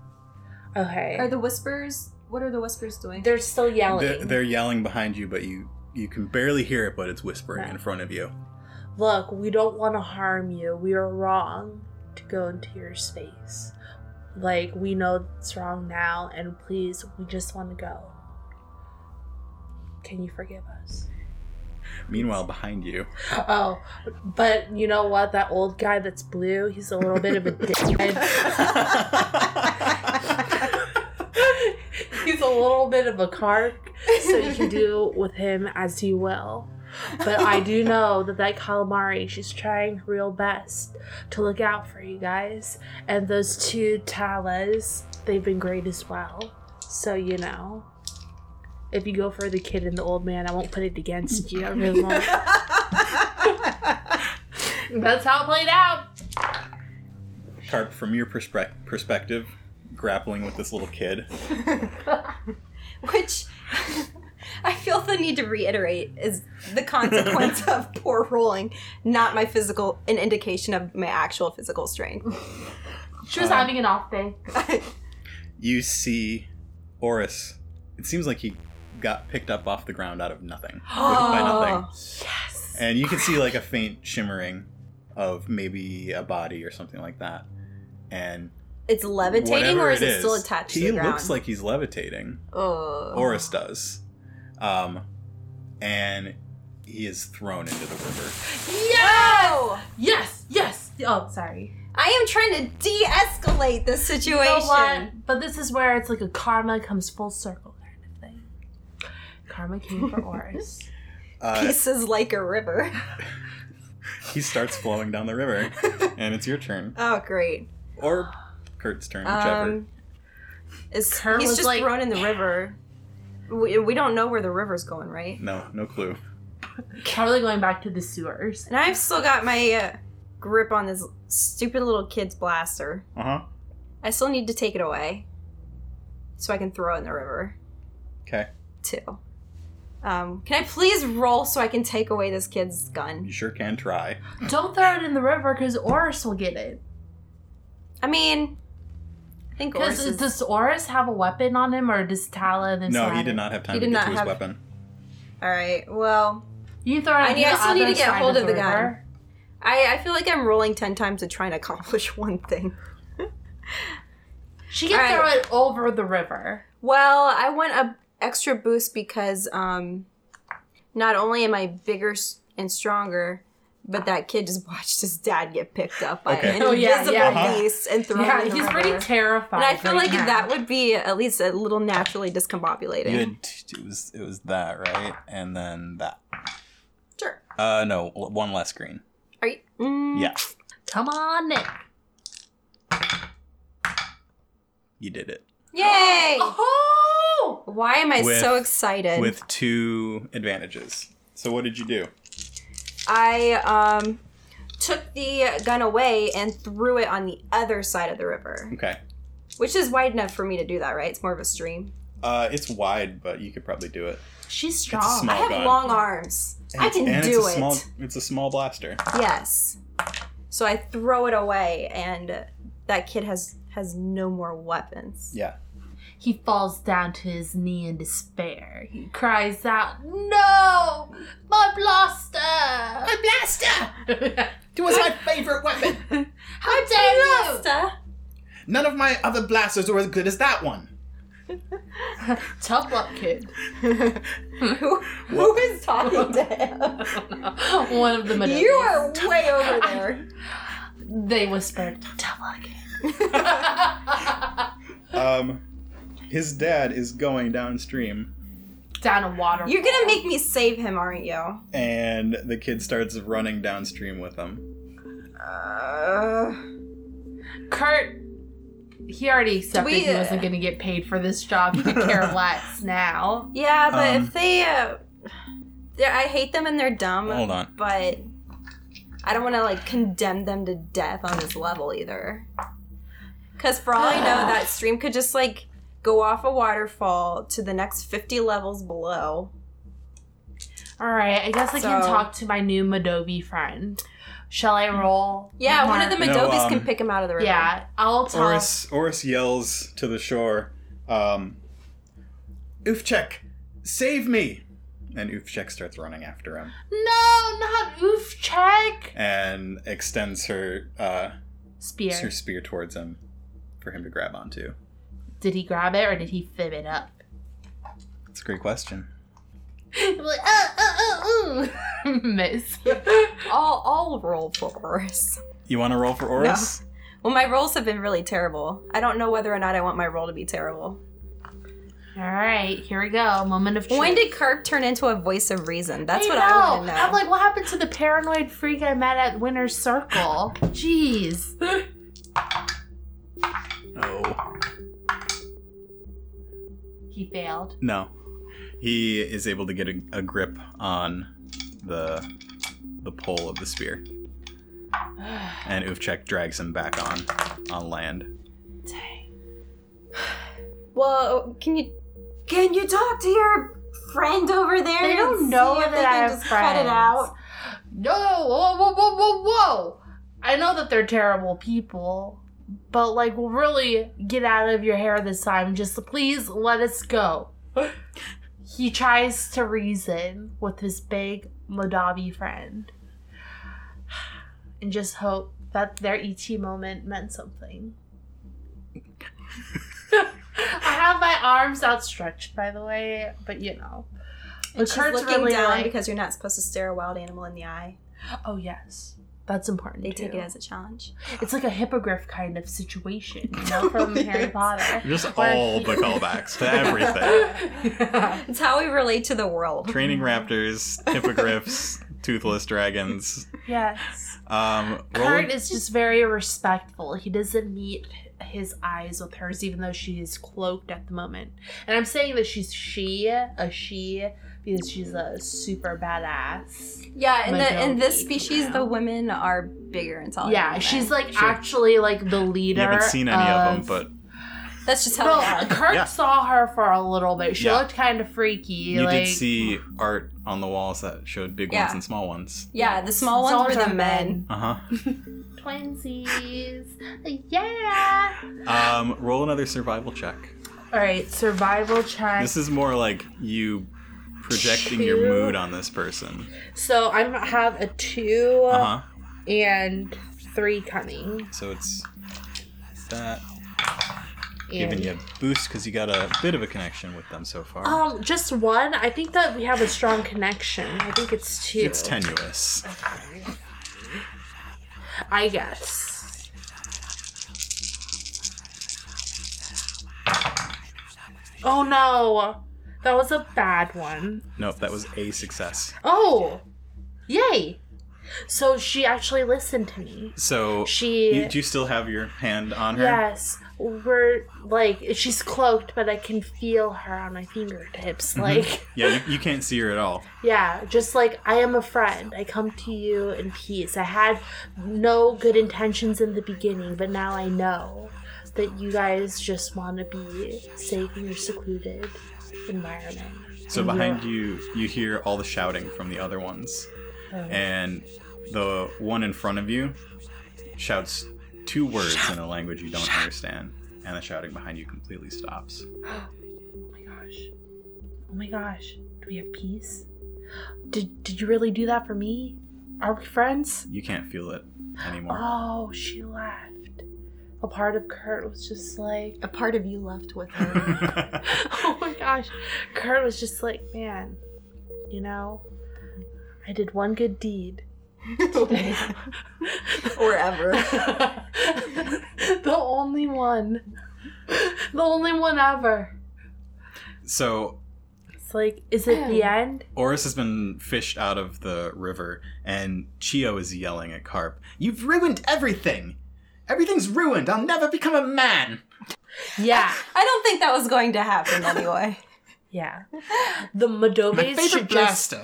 S3: Are
S2: Okay.
S3: the whispers? What are the whispers doing?
S2: They're still yelling.
S4: They're, they're yelling behind you, but you you can barely hear it, but it's whispering in front of you.
S2: Look, we don't want to harm you. We are wrong to go into your space. Like, we know it's wrong now, and please, we just want to go. Can you forgive us?
S4: Meanwhile, behind you,
S2: Oh, but you know what? That old guy that's blue, he's a little bit of a dickhead. he's a little bit of a cark, so you can do with him as you will. But I do know that that calamari, she's trying her real best to look out for you guys. And those two Talas, they've been great as well. So, you know, if you go for the kid and the old man, I won't put it against you. I really won't. That's how it played out.
S4: Carp, from your perspe- perspective, grappling with this little kid,
S3: Which I feel the need to reiterate is the consequence of poor rolling, not my physical, an indication of my actual physical strength.
S2: She was having an off day.
S4: you see Oris. It seems like he got picked up off the ground out of nothing. By nothing.
S2: Yes.
S4: And you can see like a faint shimmering of maybe a body or something like that. And
S3: it's levitating,
S1: Whatever
S3: or is it, still attached
S4: He
S3: to the ground?
S4: looks like he's levitating.
S3: Oh.
S4: Horus does. Um, and he is thrown into the river.
S3: Yo!
S2: Yes, yes. Oh, sorry.
S3: I am trying to de-escalate this
S2: You know
S3: situation.
S2: what? But this is where it's like a karma comes full circle kind of thing. Karma came for Oris.
S4: Uh,
S3: Pieces like a river.
S4: he starts flowing down the river, and it's your turn.
S3: Oh, great.
S4: Or Kurt's turn, whichever.
S3: Um, is,
S2: Kurt
S3: he's
S2: was
S3: just
S2: like-
S3: thrown in the river. We, we don't know where the river's going, right?
S4: no, no clue.
S2: Probably going back to the sewers.
S3: And I've still got my uh, grip on this stupid little kid's blaster.
S4: Uh huh.
S3: I still need to take it away so I can throw it in the river,
S4: Okay.
S3: too. Um, can I please roll so I can take away this kid's
S4: You
S3: gun?
S4: sure can try.
S2: Don't throw it in the river because Oris will get it.
S3: I mean, I think Oris
S2: Because
S3: is...
S2: does Oris have a weapon on him or does Tala and
S4: No, he
S2: Saladin?
S4: did not have time
S3: He
S4: to
S3: did
S4: get
S3: not
S4: to his
S3: have-
S4: weapon.
S3: All right, well,
S2: You throw it
S3: I
S2: on
S3: need- I
S2: the
S3: still need
S2: other
S3: to get
S2: side
S3: hold of the gun.
S2: river.
S3: I, I feel like I'm rolling 10 times to try and accomplish one thing.
S2: She can
S3: All right.
S2: throw it over the river.
S3: Well, I want a extra boost because um, not only am I bigger s- and stronger, but that kid just watched his dad get picked up by
S4: Okay.
S3: an
S2: Oh, yeah,
S3: invisible
S2: yeah. Uh-huh.
S3: beast and thrown.
S2: Yeah,
S3: in the
S2: he's
S3: river.
S2: pretty terrified.
S3: And I feel
S2: right
S3: like
S2: now.
S3: that would be at least a little naturally discombobulating.
S4: You had t- it was it was that right, and then that.
S3: Sure.
S4: Uh, no, l- one less green.
S3: Are you? Mm,
S4: Yeah,
S2: Come on, Nick.
S4: you did it
S3: Yay!
S2: Oh!
S3: Why am I
S4: With-
S3: so excited?
S4: with two advantages. So what did you do?
S3: I um took the gun away and threw it on the other side of the river,
S4: Okay.
S3: which is wide enough for me to do that. Right? It's more of a stream.
S4: Uh, it's wide, but you could probably do it.
S2: She's strong.
S4: It's a
S3: I
S4: small
S3: have
S4: gun.
S3: long arms. I can
S4: Oh and
S3: do
S4: it's a
S3: it.
S4: Small, it's a small blaster.
S3: Yes. So I throw it away, and that kid has has no more weapons.
S4: Yeah.
S2: He falls down to his knee in despair. He cries out, No! My blaster! My blaster!
S4: It was my favorite weapon.
S2: How dare you!
S3: Blaster.
S4: None of my other blasters were as good as that one.
S2: Tough luck, kid.
S3: Who, who is talking to him?
S2: One of the minutes.
S3: You are way over there.
S2: They whispered, Tough luck, kid.
S4: Um, his dad is going downstream,
S2: down a water.
S3: You're gonna make me save him, aren't you?
S4: and the kid starts running downstream with him.
S3: Uh,
S2: Kurt, he already accepted
S3: We-
S2: he wasn't going to get paid for this job. He could care less now.
S3: yeah, but
S4: Um.
S3: if they, uh, they're- I hate them and they're dumb.
S4: Hold on.
S3: But I don't want to like condemn them to death on this level either. Because for all I know, that stream could just like go off a waterfall to the next 50 levels below.
S2: All right, I guess I can
S3: So-
S2: talk to my new Madobi friend. Shall I roll?
S3: Yeah, one
S2: Mark?
S3: of the
S4: You know,
S3: Madobis
S4: um,
S3: can pick him out of the river.
S2: Uh-huh. Yeah, I'll talk.
S4: Oris, Oris yells to the shore, um, Ufchek, save me! And Ufchek starts running after him
S2: No, not oof check.
S4: and extends her, uh,
S2: Spear.
S4: her spear towards him for him to grab onto.
S2: Did he grab it or did he fib it up?
S4: That's a great question.
S2: like, uh, uh, uh, uh. Miss.
S3: I'll, I'll roll for Oris.
S4: You want to roll for Oris?
S3: Well, my rolls have been really terrible. I don't know whether or not I want my roll to be terrible.
S2: All right, here we go. Moment of truth.
S3: When did Carp turn into a voice of reason? That's
S2: I
S3: what
S2: know.
S3: I want to know.
S2: I'm like, what happened to the paranoid freak I met at Winner's Circle? Jeez.
S4: No.
S2: He failed.
S4: No. He is able to get a, a grip on the the pole of the spear. And Ufchek drags him back on on land.
S2: Dang.
S3: Well, can you can you talk to your friend over there?
S2: They don't
S3: and
S2: know
S3: see if
S2: that I
S3: they can
S2: have
S3: just Cut
S2: friends.
S3: it out.
S2: No, whoa, whoa, whoa, whoa, whoa. I know that they're terrible people, but like, really get out of your hair this time. Just please let us go. he tries to reason with his big Modavi friend E and just hope that their ET moment meant something. I have my arms outstretched, by the way, but you know.
S3: And she's
S2: Kurt's
S3: looking
S2: really
S3: down
S2: like-
S3: because you're not supposed to stare a wild animal in the eye.
S2: Oh yes, that's important.
S3: They take
S2: too.
S3: it as a challenge.
S2: it's like a hippogriff kind of situation, you know, from
S3: Totally
S2: Harry
S3: is.
S2: Potter.
S4: Just
S2: Where
S4: all
S2: he-
S4: the callbacks to everything.
S2: Yeah.
S3: It's how we relate to the world.
S4: Training raptors, hippogriffs, toothless dragons.
S2: Yes.
S4: Um, roll
S2: Kurt is just very respectful. He doesn't meet his eyes with hers, even though she is cloaked at the moment. And I'm saying that she's she, a she, because she's a super badass.
S3: Yeah, in the in this
S2: Majority,
S3: species,
S2: yeah.
S3: the women are bigger and taller.
S2: yeah,
S3: than
S2: she's
S3: men.
S2: like
S4: Oh, Sure.
S2: actually like the leader.
S4: you haven't seen any of, them,
S3: that's just how
S2: No,
S3: they are.
S2: Kurt
S4: Yeah.
S2: saw her for a little bit. She
S4: Yeah.
S2: looked kind of freaky.
S4: but you
S2: like,
S4: did see art on the walls that showed big
S3: Yeah.
S4: ones and small ones.
S3: Yeah, the small
S2: It's
S3: ones
S2: all
S3: were the
S2: done
S3: men.
S4: Uh huh.
S2: then. Twinsies. Yeah.
S4: Um, roll another survival check.
S2: All right, survival check.
S4: This is more like you projecting your
S2: Two.
S4: mood on this person.
S2: so I have a two
S4: Uh huh.
S2: and three cunning.
S4: So it's that giving
S2: And
S4: you a boost because you got a bit of a connection with them so far.
S2: um, just one. I think that we have a strong connection. I think it's two.
S4: it's tenuous.
S2: I guess. Oh no, that was a bad one.
S4: Nope, that was a success.
S2: Oh, yay! So she actually listened to me.
S4: So
S2: She-
S4: you, do you still have your hand on her?
S2: Yes, we're like she's cloaked, but I can feel her on my fingertips.
S4: Mm-hmm.
S2: Like,
S4: Yeah, you, you can't see her at all.
S2: yeah, just like I am a friend. I come to you in peace. I had no good intentions in the beginning, but now I know that you guys just want to be safe in your secluded environment.
S4: So behind you, you hear all the shouting from the other ones, and the one in front of you shouts two words in a language you don't understand, and the shouting behind you completely stops.
S2: Oh my gosh! Oh my gosh! Do we have peace? Did Did you really do that for me? Are we friends?
S4: You can't feel it anymore.
S2: Oh, she left. A part of Kurt was just like,
S3: A part of you left with her.
S2: oh my gosh. Kurt was just like, man, you know, I did one good deed.
S3: or ever.
S2: the only one. The only one ever.
S4: so
S2: It's like, is it the end?
S4: Oris has been fished out of the river, and Chio is yelling at Carp. You've ruined everything. Everything's ruined. I'll never become a man.
S2: Yeah.
S3: I don't think that was going to happen anyway.
S2: Yeah. The Madobes should just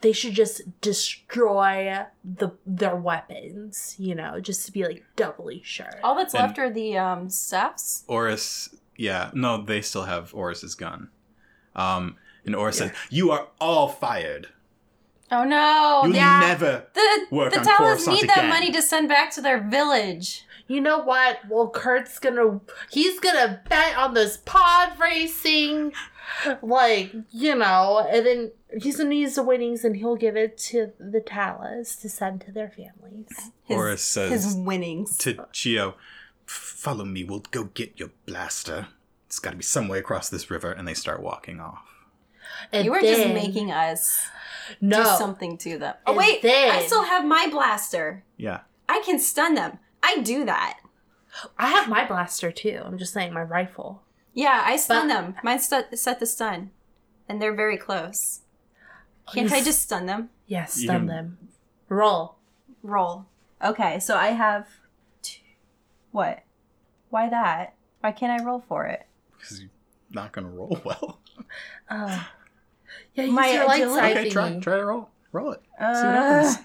S2: they should just destroy the their weapons, you know, just to be like doubly sure.
S3: All that's
S4: And-
S3: left are the um, staffs.
S4: Oris, yeah, no, they still have Oris's gun. Um, and Oris says, "You are all fired.
S3: Oh no!
S4: You'll
S3: yeah.
S4: never."
S3: the
S4: work
S3: the
S4: on
S3: Talas
S4: Coruscant
S3: need that
S4: again.
S3: money to send back to their village.
S2: You know what? Well, Kurt's gonna he's gonna bet on this pod racing, like you know, and then he's gonna use the winnings and he'll give it to the Talas to send to their families.
S3: His,
S4: Horus says-
S3: his winnings.
S4: To Chio, follow me. We'll go get your blaster. It's got to be some way across this river. And they start walking off.
S2: And
S3: you were just
S2: then-
S3: making us
S2: no.
S3: do something to them. Oh
S2: And
S3: wait,
S2: then-
S3: I still have my blaster.
S4: Yeah,
S3: I can stun them. I do that.
S2: I have my blaster too. I'm just saying my rifle.
S3: Yeah, I stun
S2: But-
S3: them. Mine stu- set the stun, and they're very close. Can't I
S2: Yes.
S3: just stun them?
S2: Yes,
S4: You
S2: stun
S4: can-
S2: them. Roll.
S3: Roll. Okay, so I have. Two. What? Why that? Why can't I roll for it?
S4: because you're not gonna roll well.
S2: Oh. Yeah, use
S3: Uh, My
S2: your light
S3: agility-
S2: side
S4: okay, try
S2: thingy.
S4: try to roll. Roll it. See what
S3: Uh,
S4: happens.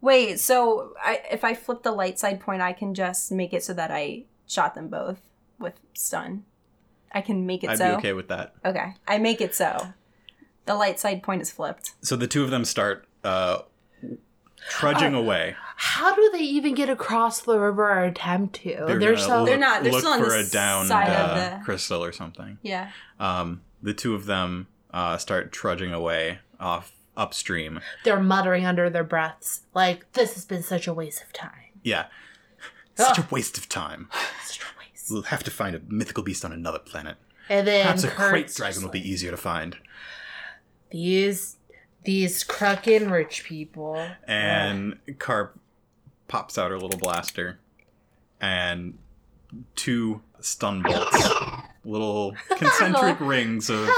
S3: wait, so I, if I flip the light side point, I can just make it so that I shot them both with stun. I can make it
S4: I'd
S3: so.
S4: be okay with that.
S3: Okay, I make it so. The light side point is flipped.
S4: So the two of them start uh,
S3: Uh,
S4: trudging away.
S2: How do they even get across the river or attempt to? They're,
S4: gonna
S2: so
S3: They're not- they're
S4: look
S3: still on
S4: for
S3: the
S4: a down
S3: side
S4: uh,
S3: of the-
S4: crystal or something.
S3: Yeah.
S4: um, the two of them uh, start trudging away off upstream.
S2: they're muttering under their breaths, like, this has been such a waste of time.
S4: Yeah. Such
S2: Ah.
S4: a waste of time.
S2: Such a waste.
S4: We'll have to find a mythical beast on another planet.
S2: And then
S4: Perhaps a crate
S2: Kurt's
S4: dragon
S2: just
S4: will be
S2: like,
S4: easier to find.
S2: These these crookin' rich people.
S4: And Carp pops out her little blaster, and two stun bolts, little concentric rings of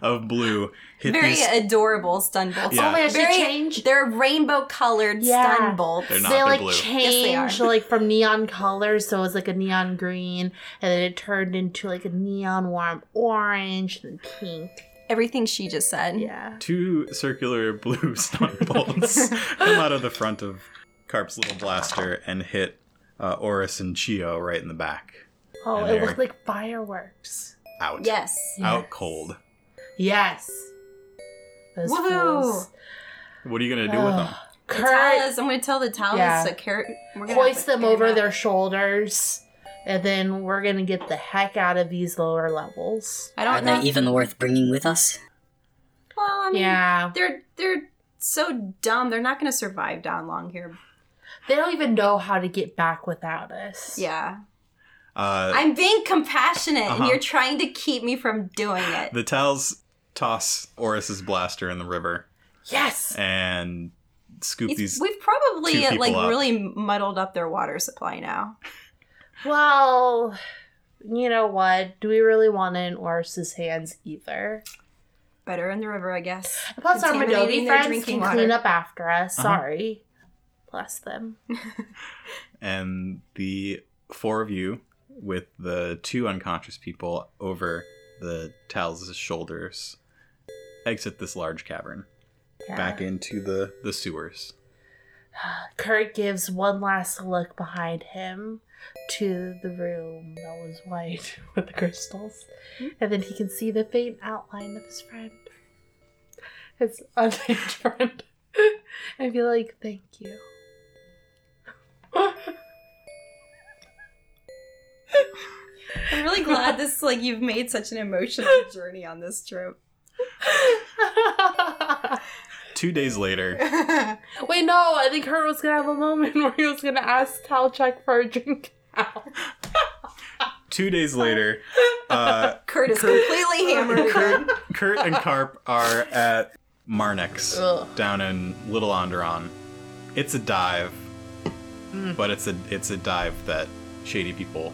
S4: of blue, hit
S3: Very
S4: these.
S3: adorable stun bolts.
S4: Yeah.
S2: Oh my gosh,
S3: Very-
S2: they change.
S3: They're rainbow colored
S2: Yeah.
S3: stun bolts.
S4: They're not.
S2: they like
S4: blue.
S2: change
S3: Yes, they are.
S2: like from neon colors, so it was like a neon green, and then it turned into like a neon warm orange and pink.
S3: Everything she just said.
S2: Yeah.
S4: two circular blue stun bolts come out of the front of Carp's little blaster and hit uh, Oris and Chio right in the back.
S2: Oh,
S4: And
S2: it
S4: they're-
S2: looked like fireworks.
S4: Out.
S3: Yes.
S4: Out cold.
S2: Yes. Those
S3: Woohoo.
S2: fools.
S4: What are you going to do with them?
S2: Ugh.
S3: The
S2: Kurt
S3: Talas, I'm going to tell the Talas
S2: Yeah.
S3: to carry. we're gonna have
S2: hoist
S3: to
S2: them
S3: carry
S2: over
S3: out.
S2: their shoulders, and then we're gonna get the heck out of these lower levels.
S3: I
S5: Are
S3: don't know.
S5: they even worth bringing with us?
S3: well, I mean,
S2: Yeah.
S3: they're they're so dumb. They're not going to survive down long here.
S2: They don't even know how to get back without us.
S3: Yeah.
S4: Uh,
S3: I'm being compassionate,
S4: Uh-huh.
S3: and you're trying to keep me from doing it.
S4: the Tals toss Oris's blaster in the river
S2: Yes.
S4: and scoop
S3: It's-
S4: these.
S3: we've
S4: two
S3: probably uh,
S4: people
S3: like
S4: up.
S3: really muddled up their water supply now.
S2: Well, you know what? Do we really want it in Oris's hands either?
S3: Better in the river, I guess.
S2: Plus, our
S3: Contaminating
S2: Madovi
S3: their
S2: friends
S3: drinking
S2: can
S3: water.
S2: clean up after us.
S4: Uh-huh.
S2: Sorry. Bless them.
S4: and the four of you with the two unconscious people over the Tals' shoulders exit this large cavern.
S2: Yeah.
S4: back into the the sewers.
S2: Kurt gives one last look behind him to the room that was white with the crystals, and then he can see the faint outline of his friend, his unnamed friend, and be like, "Thank you."
S3: I'm really glad this like you've made such an emotional journey on this trip.
S4: Two days later,
S2: Wait, no, I think Kurt was gonna have a moment where he was gonna ask Talchuk for a drink.
S4: two days later, uh,
S3: Kurt is completely hammered. again.
S4: Kurt and Carp are at Marnix
S2: Ugh.
S4: down in Little Onderon. It's a dive,
S2: Hmm.
S4: but it's a it's a dive that shady people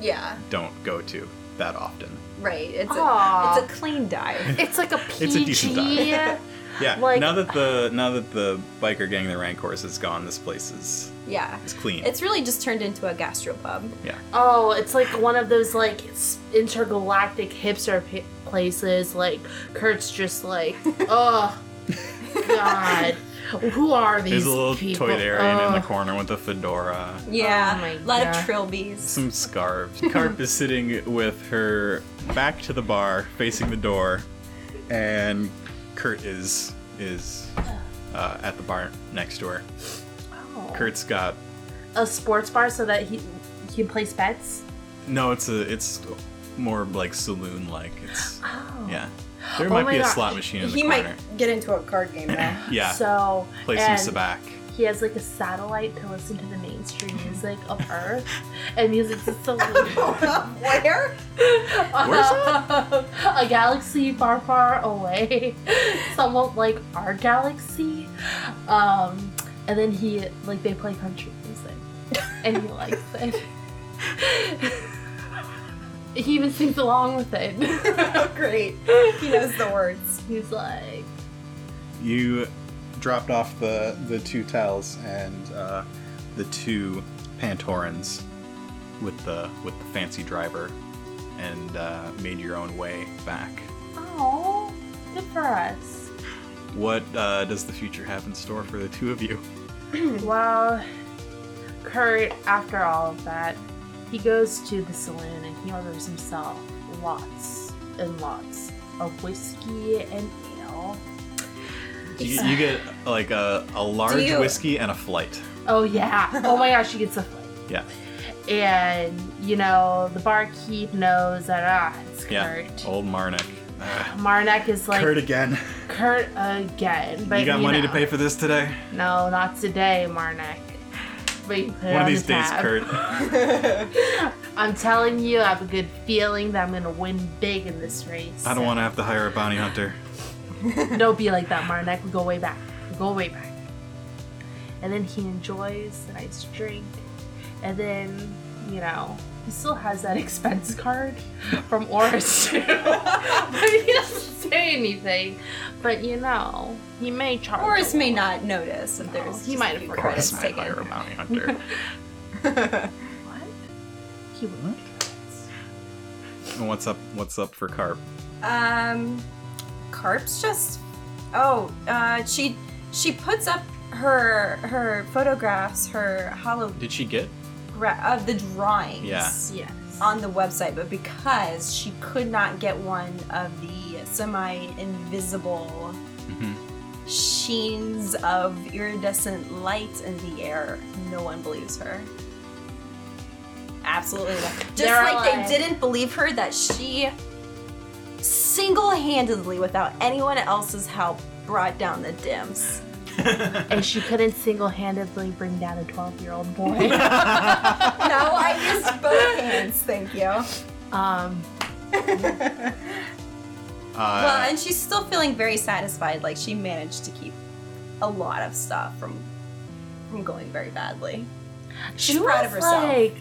S3: Yeah,
S4: don't go to that often.
S3: right. It's
S2: Aw.
S3: a, it's a clean dive.
S2: It's like a
S4: It's a
S2: PG.
S4: decent dive. Yeah,
S2: Like-
S4: now that the now that the biker gang, the Rancors, is gone, this place is
S3: Yeah,
S4: is clean.
S3: it's really just turned into a gastropub.
S2: Oh, it's like one of those like s- intergalactic hipster p- places. Like Kurt's just like, oh God, who are these?
S4: There's a little
S2: people?
S4: toydarian in the
S2: Ugh.
S4: corner with a fedora.
S3: Yeah,
S2: Oh my
S3: a lot
S2: God.
S3: of trilbies.
S4: some scarves. Carp is sitting with her back to the bar, facing the door, and Kurt is is uh, at the bar next to her.
S2: Oh.
S4: Kurt's got
S2: A sports bar so that he he can place bets.
S4: no. It's a it's more like saloon like. It's
S2: Oh,
S4: yeah. There
S2: Oh
S4: might
S2: my
S4: be a
S2: God.
S4: slot machine in the
S3: He might
S4: corner.
S3: get into a card game now.
S4: Yeah,
S2: So
S4: play
S2: and
S4: some sabac.
S2: He has like a satellite to listen to the mainstream music of Earth, and music's a saloon.
S3: Where?
S4: Where's
S2: a galaxy far, far away, somewhat like our galaxy. Um, and then he like they play country music, and he likes it. he even sings along with it.
S3: Oh, great. He knows the words.
S2: He's like,
S4: You dropped off the the two towels and uh, the two pantorons with the with the fancy driver, and uh, made your own way back.
S2: oh, good for us.
S4: What uh, does the future have in store for the two of you?
S2: Well, Kurt, after all of that, he goes to the saloon and he orders himself lots and lots of whiskey and ale.
S4: You, you get like a, a large
S3: you-
S4: whiskey and a flight.
S2: Oh yeah! Oh my gosh, he gets a flight.
S4: Yeah.
S2: And you know the barkeep knows that ah, it's
S4: Yeah.
S2: Kurt.
S4: Old Marnik. Ah,
S2: Marnek is like
S4: Kurt
S2: Kurt,
S4: again.
S2: again. But
S4: you got money to
S2: know.
S4: pay for this today?
S2: No, not today, Marnek. But you put it
S4: One
S2: on
S4: of these
S2: the
S4: days,
S2: tab.
S4: Kurt.
S2: Um, I'm telling you, I have a good feeling that I'm gonna win big in this race.
S1: I don't want to have to hire a bounty hunter.
S2: Don't be like that, Marnek. We go way back. We go way back. And then he enjoys a nice drink. And then, you know, he still has that expense card from Oris too. but he doesn't say anything. But you know, he may charge.
S3: Horace
S2: a
S3: may
S2: lot.
S3: not notice if there's.
S2: he
S3: just
S2: might
S3: a few
S2: have forgotten.
S3: credits
S2: Horace
S1: Horace
S2: might
S1: might
S3: taken.
S1: hire a bounty hunter.
S2: What? He would not.
S1: and what's up? What's up for Carp?
S3: Um, Carp's just. Oh, uh, she she puts up her her photographs, her hologram
S1: Did she get?
S3: of the drawings
S1: Yeah.
S2: Yes.
S3: on the website, but because she could not get one of the semi invisible
S1: Mm-hmm.
S3: sheens of iridescent light in the air, no one believes her. Absolutely not. Just
S2: They're
S3: like
S2: alive.
S3: they didn't believe her that she single handedly, without anyone else's help, brought down the dims.
S2: And she couldn't single handedly bring down a 12 year old boy.
S1: Uh,
S3: no, I used both hands, thank you.
S2: um,
S3: well,
S1: Uh,
S3: and she's still feeling very satisfied, like she managed to keep a lot of stuff from from going very badly. She's
S2: she
S3: proud of
S2: was
S3: herself.
S2: Like,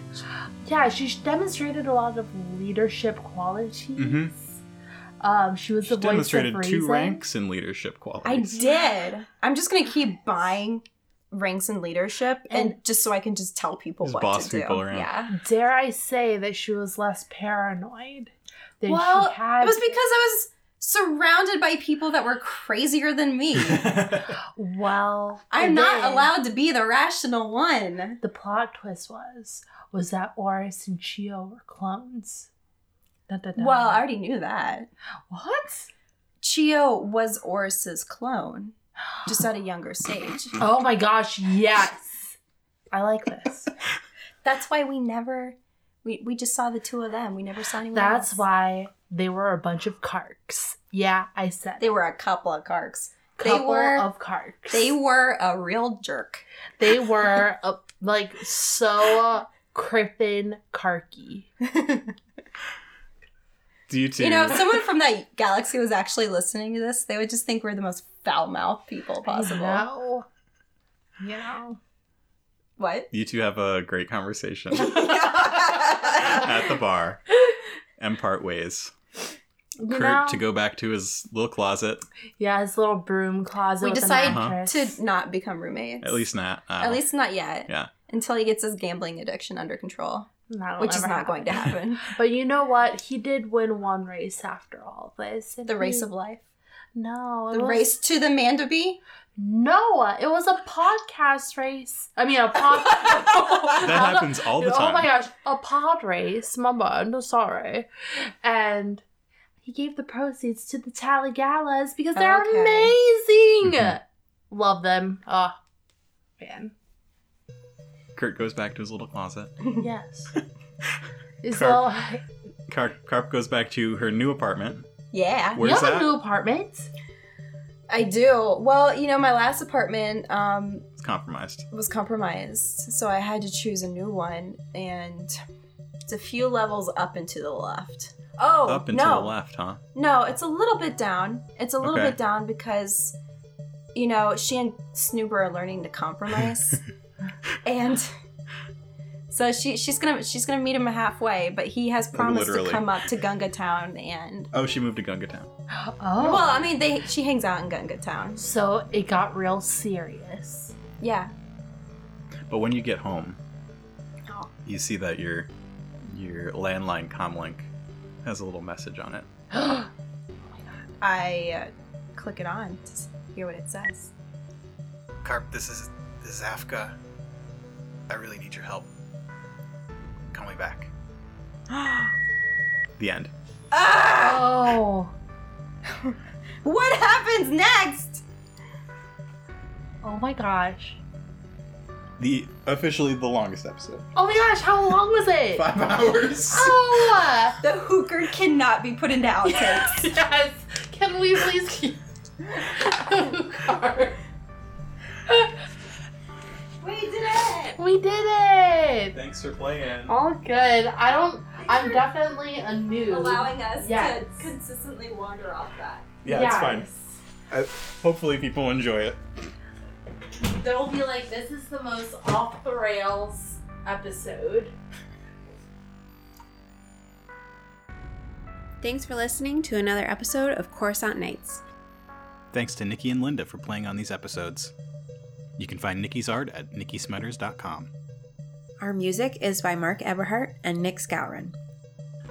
S2: yeah, she sh- demonstrated a lot of leadership qualities.
S1: Mhm.
S2: Um, she was
S1: she
S2: the voice
S1: demonstrated
S2: of reason.
S1: two ranks in leadership
S3: I
S1: qualities.
S3: did. I'm just gonna keep buying ranks in leadership, and, just so I can just tell people
S1: Just
S3: what
S1: boss
S3: to do.
S1: people around.
S3: Yeah.
S2: Dare I say that she was less paranoid than
S3: well,
S2: she had?
S3: it was because I was surrounded by people that were crazier than me.
S2: well,
S3: I'm not
S2: then
S3: allowed to be the rational one.
S2: The plot twist was was that Oris and Chio were clones. Dun, dun, dun.
S3: Well, I already knew that.
S2: what?
S3: Chio was Oris's clone, just at a younger stage.
S2: Oh my gosh! Yes, I like this.
S3: That's why we never. We, we just saw the two of them. We never saw anyone.
S2: That's
S3: else.
S2: why they were a bunch of carks. Yeah, I said
S3: they were a couple of carks.
S2: couple
S3: they were
S2: of carks.
S3: They were a real jerk.
S2: they were uh, like so crippin carky.
S1: Do you two?
S3: You know, if someone from that galaxy was actually listening to this, they would just think we're the most foul mouthed people possible.
S2: No, you know.
S3: What?
S1: you two have a great conversation at the bar and part ways.
S2: You
S1: Kurt
S2: know?
S1: to go back to his little closet.
S2: Yeah, his little broom closet.
S3: We
S2: with an
S3: decided
S2: mattress.
S3: to not become roommates.
S1: At least not. I
S3: At
S1: don't-
S3: least not yet.
S1: Yeah.
S3: Until he gets his gambling addiction under control,
S2: That'll
S3: which is
S2: never
S3: not
S2: happen.
S3: going to happen.
S2: But you know what? He did win one race after all this. and
S3: the race
S2: he-
S3: of life.
S2: no, it
S3: The
S2: was-
S3: race to the Mandibee.
S2: No, it was a podcast race. I mean, a pod.
S1: that
S2: Hold on.
S1: happens all the time.
S2: Oh my gosh, a pod race, mama, no sorry. And he gave the proceeds to the Talagallas because they're
S3: Okay.
S2: amazing.
S1: Mhm.
S2: Love them. Oh, man.
S1: Kurt goes back to his little closet.
S2: Yes. It's
S1: Carp.
S2: all-
S1: Carp, Carp goes back to her new apartment.
S3: Yeah.
S1: Where's
S2: you have
S1: that?
S2: a new apartment?
S3: I do. Well, you know, my last apartment, um,
S1: It's compromised.
S3: was compromised, so I had to choose a new one, and it's a few levels up and to the left. Oh
S1: Up and
S3: no,
S1: to the left, huh?
S3: no, it's a little bit down. It's a little
S1: Okay.
S3: bit down because, you know, she and Snooper are learning to compromise, and so she she's gonna she's gonna meet him halfway, but he has promised to
S1: Literally.
S3: come up to Gunga Town and.
S1: Oh, she moved to Gunga Town.
S2: Oh.
S3: Well, I mean, they she hangs out in Gunga Town.
S2: so it got real serious.
S3: Yeah.
S1: But when you get home,
S3: Oh.
S1: you see that your your landline comlink has a little message on it.
S2: Oh.
S3: I uh, click it on to s- hear what it says.
S5: Carp, this is this is Afka. I really need your help. Call me back.
S1: The end.
S3: Ah!
S2: oh.
S3: What happens next?
S2: Oh my gosh.
S1: The officially the longest episode.
S2: Oh my gosh, how long was it?
S1: Five hours.
S2: Oh!
S3: The hooker cannot be put into outtakes.
S2: yes. Can we please keep
S6: We did it!
S2: We did it!
S7: Thanks for playing.
S2: All good. I don't. I'm definitely a new.
S6: allowing us
S2: Yes.
S6: to consistently wander off that.
S7: Yeah, it's fine. Hopefully, people enjoy it.
S2: fine. They'll be like, this is the most off the rails episode.
S3: Thanks for listening to another episode of Coruscant Nights.
S4: Thanks to Nikki and Linda for playing on these episodes. You can find Nikki's art at nikkismetters.com.
S3: Our music is by Mark Eberhart and Nick Scourin.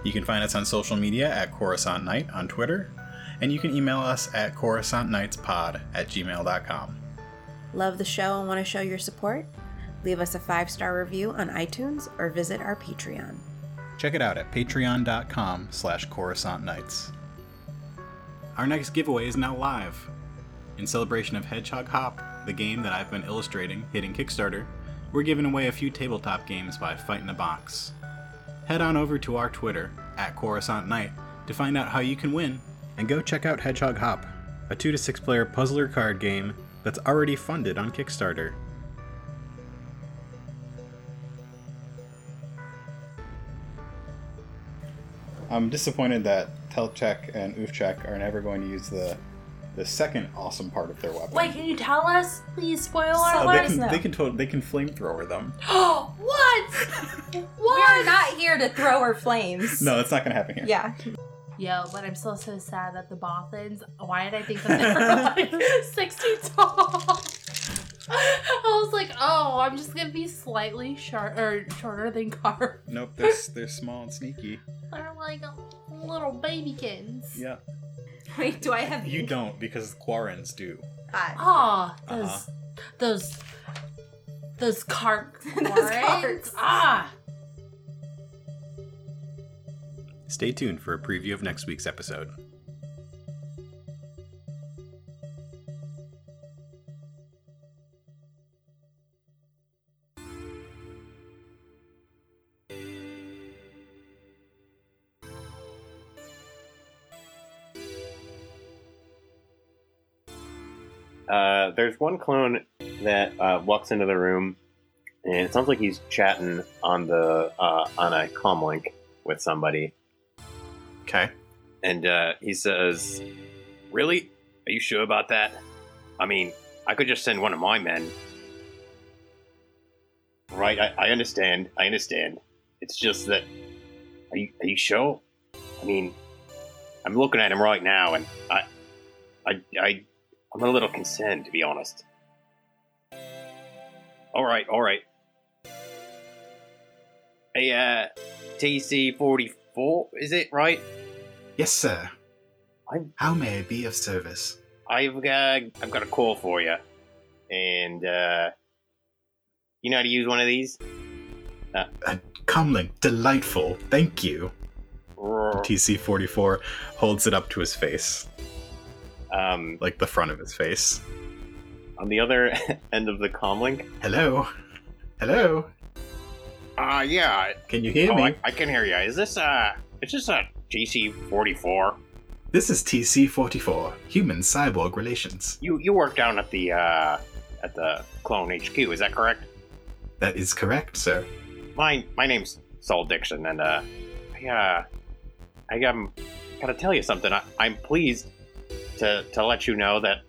S4: You can find us on social media at Coruscant Night on Twitter, and you can email us at coruscantnightspod at gmail.com.
S3: Love the show and want to show your support? Leave us a five star review on iTunes or visit our Patreon.
S4: Check it out at patreon.com slash Coruscant Nights. Our next giveaway is now live. In celebration of Hedgehog Hop, the game that I've been illustrating, hitting Kickstarter, we're giving away a few tabletop games by Fight in a Box. Head on over to our Twitter, at Coruscant Night, to find out how you can win, and go check out Hedgehog Hop, a 2 to 6 player puzzler card game that's already funded on Kickstarter.
S7: I'm disappointed that Telchek and Oofchek are never going to use the the second awesome part of their weapon.
S2: Wait, can you tell us, please? Spoiler
S6: So-
S7: Oh, they
S2: alert!
S7: can
S6: No.
S7: they can tot- they can flamethrower them.
S2: Oh, what?
S6: We're
S2: what?
S6: not here to throw our flames.
S7: No, that's not gonna happen here.
S6: Yeah.
S2: Yo, but I'm still so sad that the Bothans. Why did I think that they were like six feet tall? I was like, oh, I'm just gonna be slightly short or shorter than Carp.
S7: Nope, they're s- they're small and sneaky.
S2: They're like little babykins.
S7: Yeah.
S6: Wait, do I have
S7: You don't because Quarrens do.
S6: Ah.
S2: Ah, those, those, those carp.
S6: carps.
S2: Ah.
S4: Stay tuned for a preview of next week's episode.
S8: Uh, there's one clone that uh, walks into the room, and it sounds like he's chatting on the uh, on a comm link with somebody,
S4: Okay.
S8: and uh, he says, "Really? Are you sure about that? I mean, I could just send one of my men." Right, I, I understand. I understand. It's just that. Are you, are you sure? I mean, I'm looking at him right now, and I, I, I I'm a little concerned, to be honest. All right, all right. Hey, uh, TC44, is it right?
S9: Yes, sir.
S8: I'm-
S9: How may I be of service?
S8: I've got, I've got a call for you, and uh, you know how to use one of these?
S4: Comlink, delightful. Thank you.
S8: Roar.
S4: TC44 holds it up to his face,
S8: Um,
S4: like the front of his face.
S8: on the other end of the comm link.
S4: Hello? Hello?
S8: Uh, yeah.
S4: Can you hear
S8: Oh,
S4: me?
S8: I, I can hear you. Is this uh, is this a TC44?
S4: This is TC44, Human Cyborg Relations.
S8: You you work down at the uh, at the Clone HQ, is that correct?
S4: That is correct, sir.
S8: My my name's Saul Dixon, and uh, I uh, I um, gotta tell you something. I, I'm pleased to to let you know that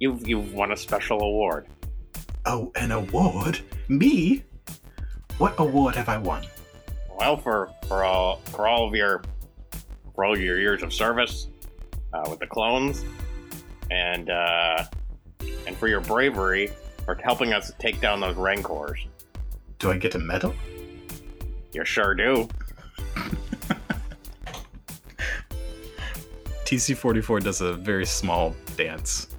S8: you've you've won a special award.
S4: Oh, an award? Me? What award have I won?
S8: Well, for for all for all of your for all your years of service uh, with the clones, and uh, and for your bravery for helping us take down those rancors.
S4: Do I get a medal?
S8: You sure do.
S4: TC44 does a very small dance.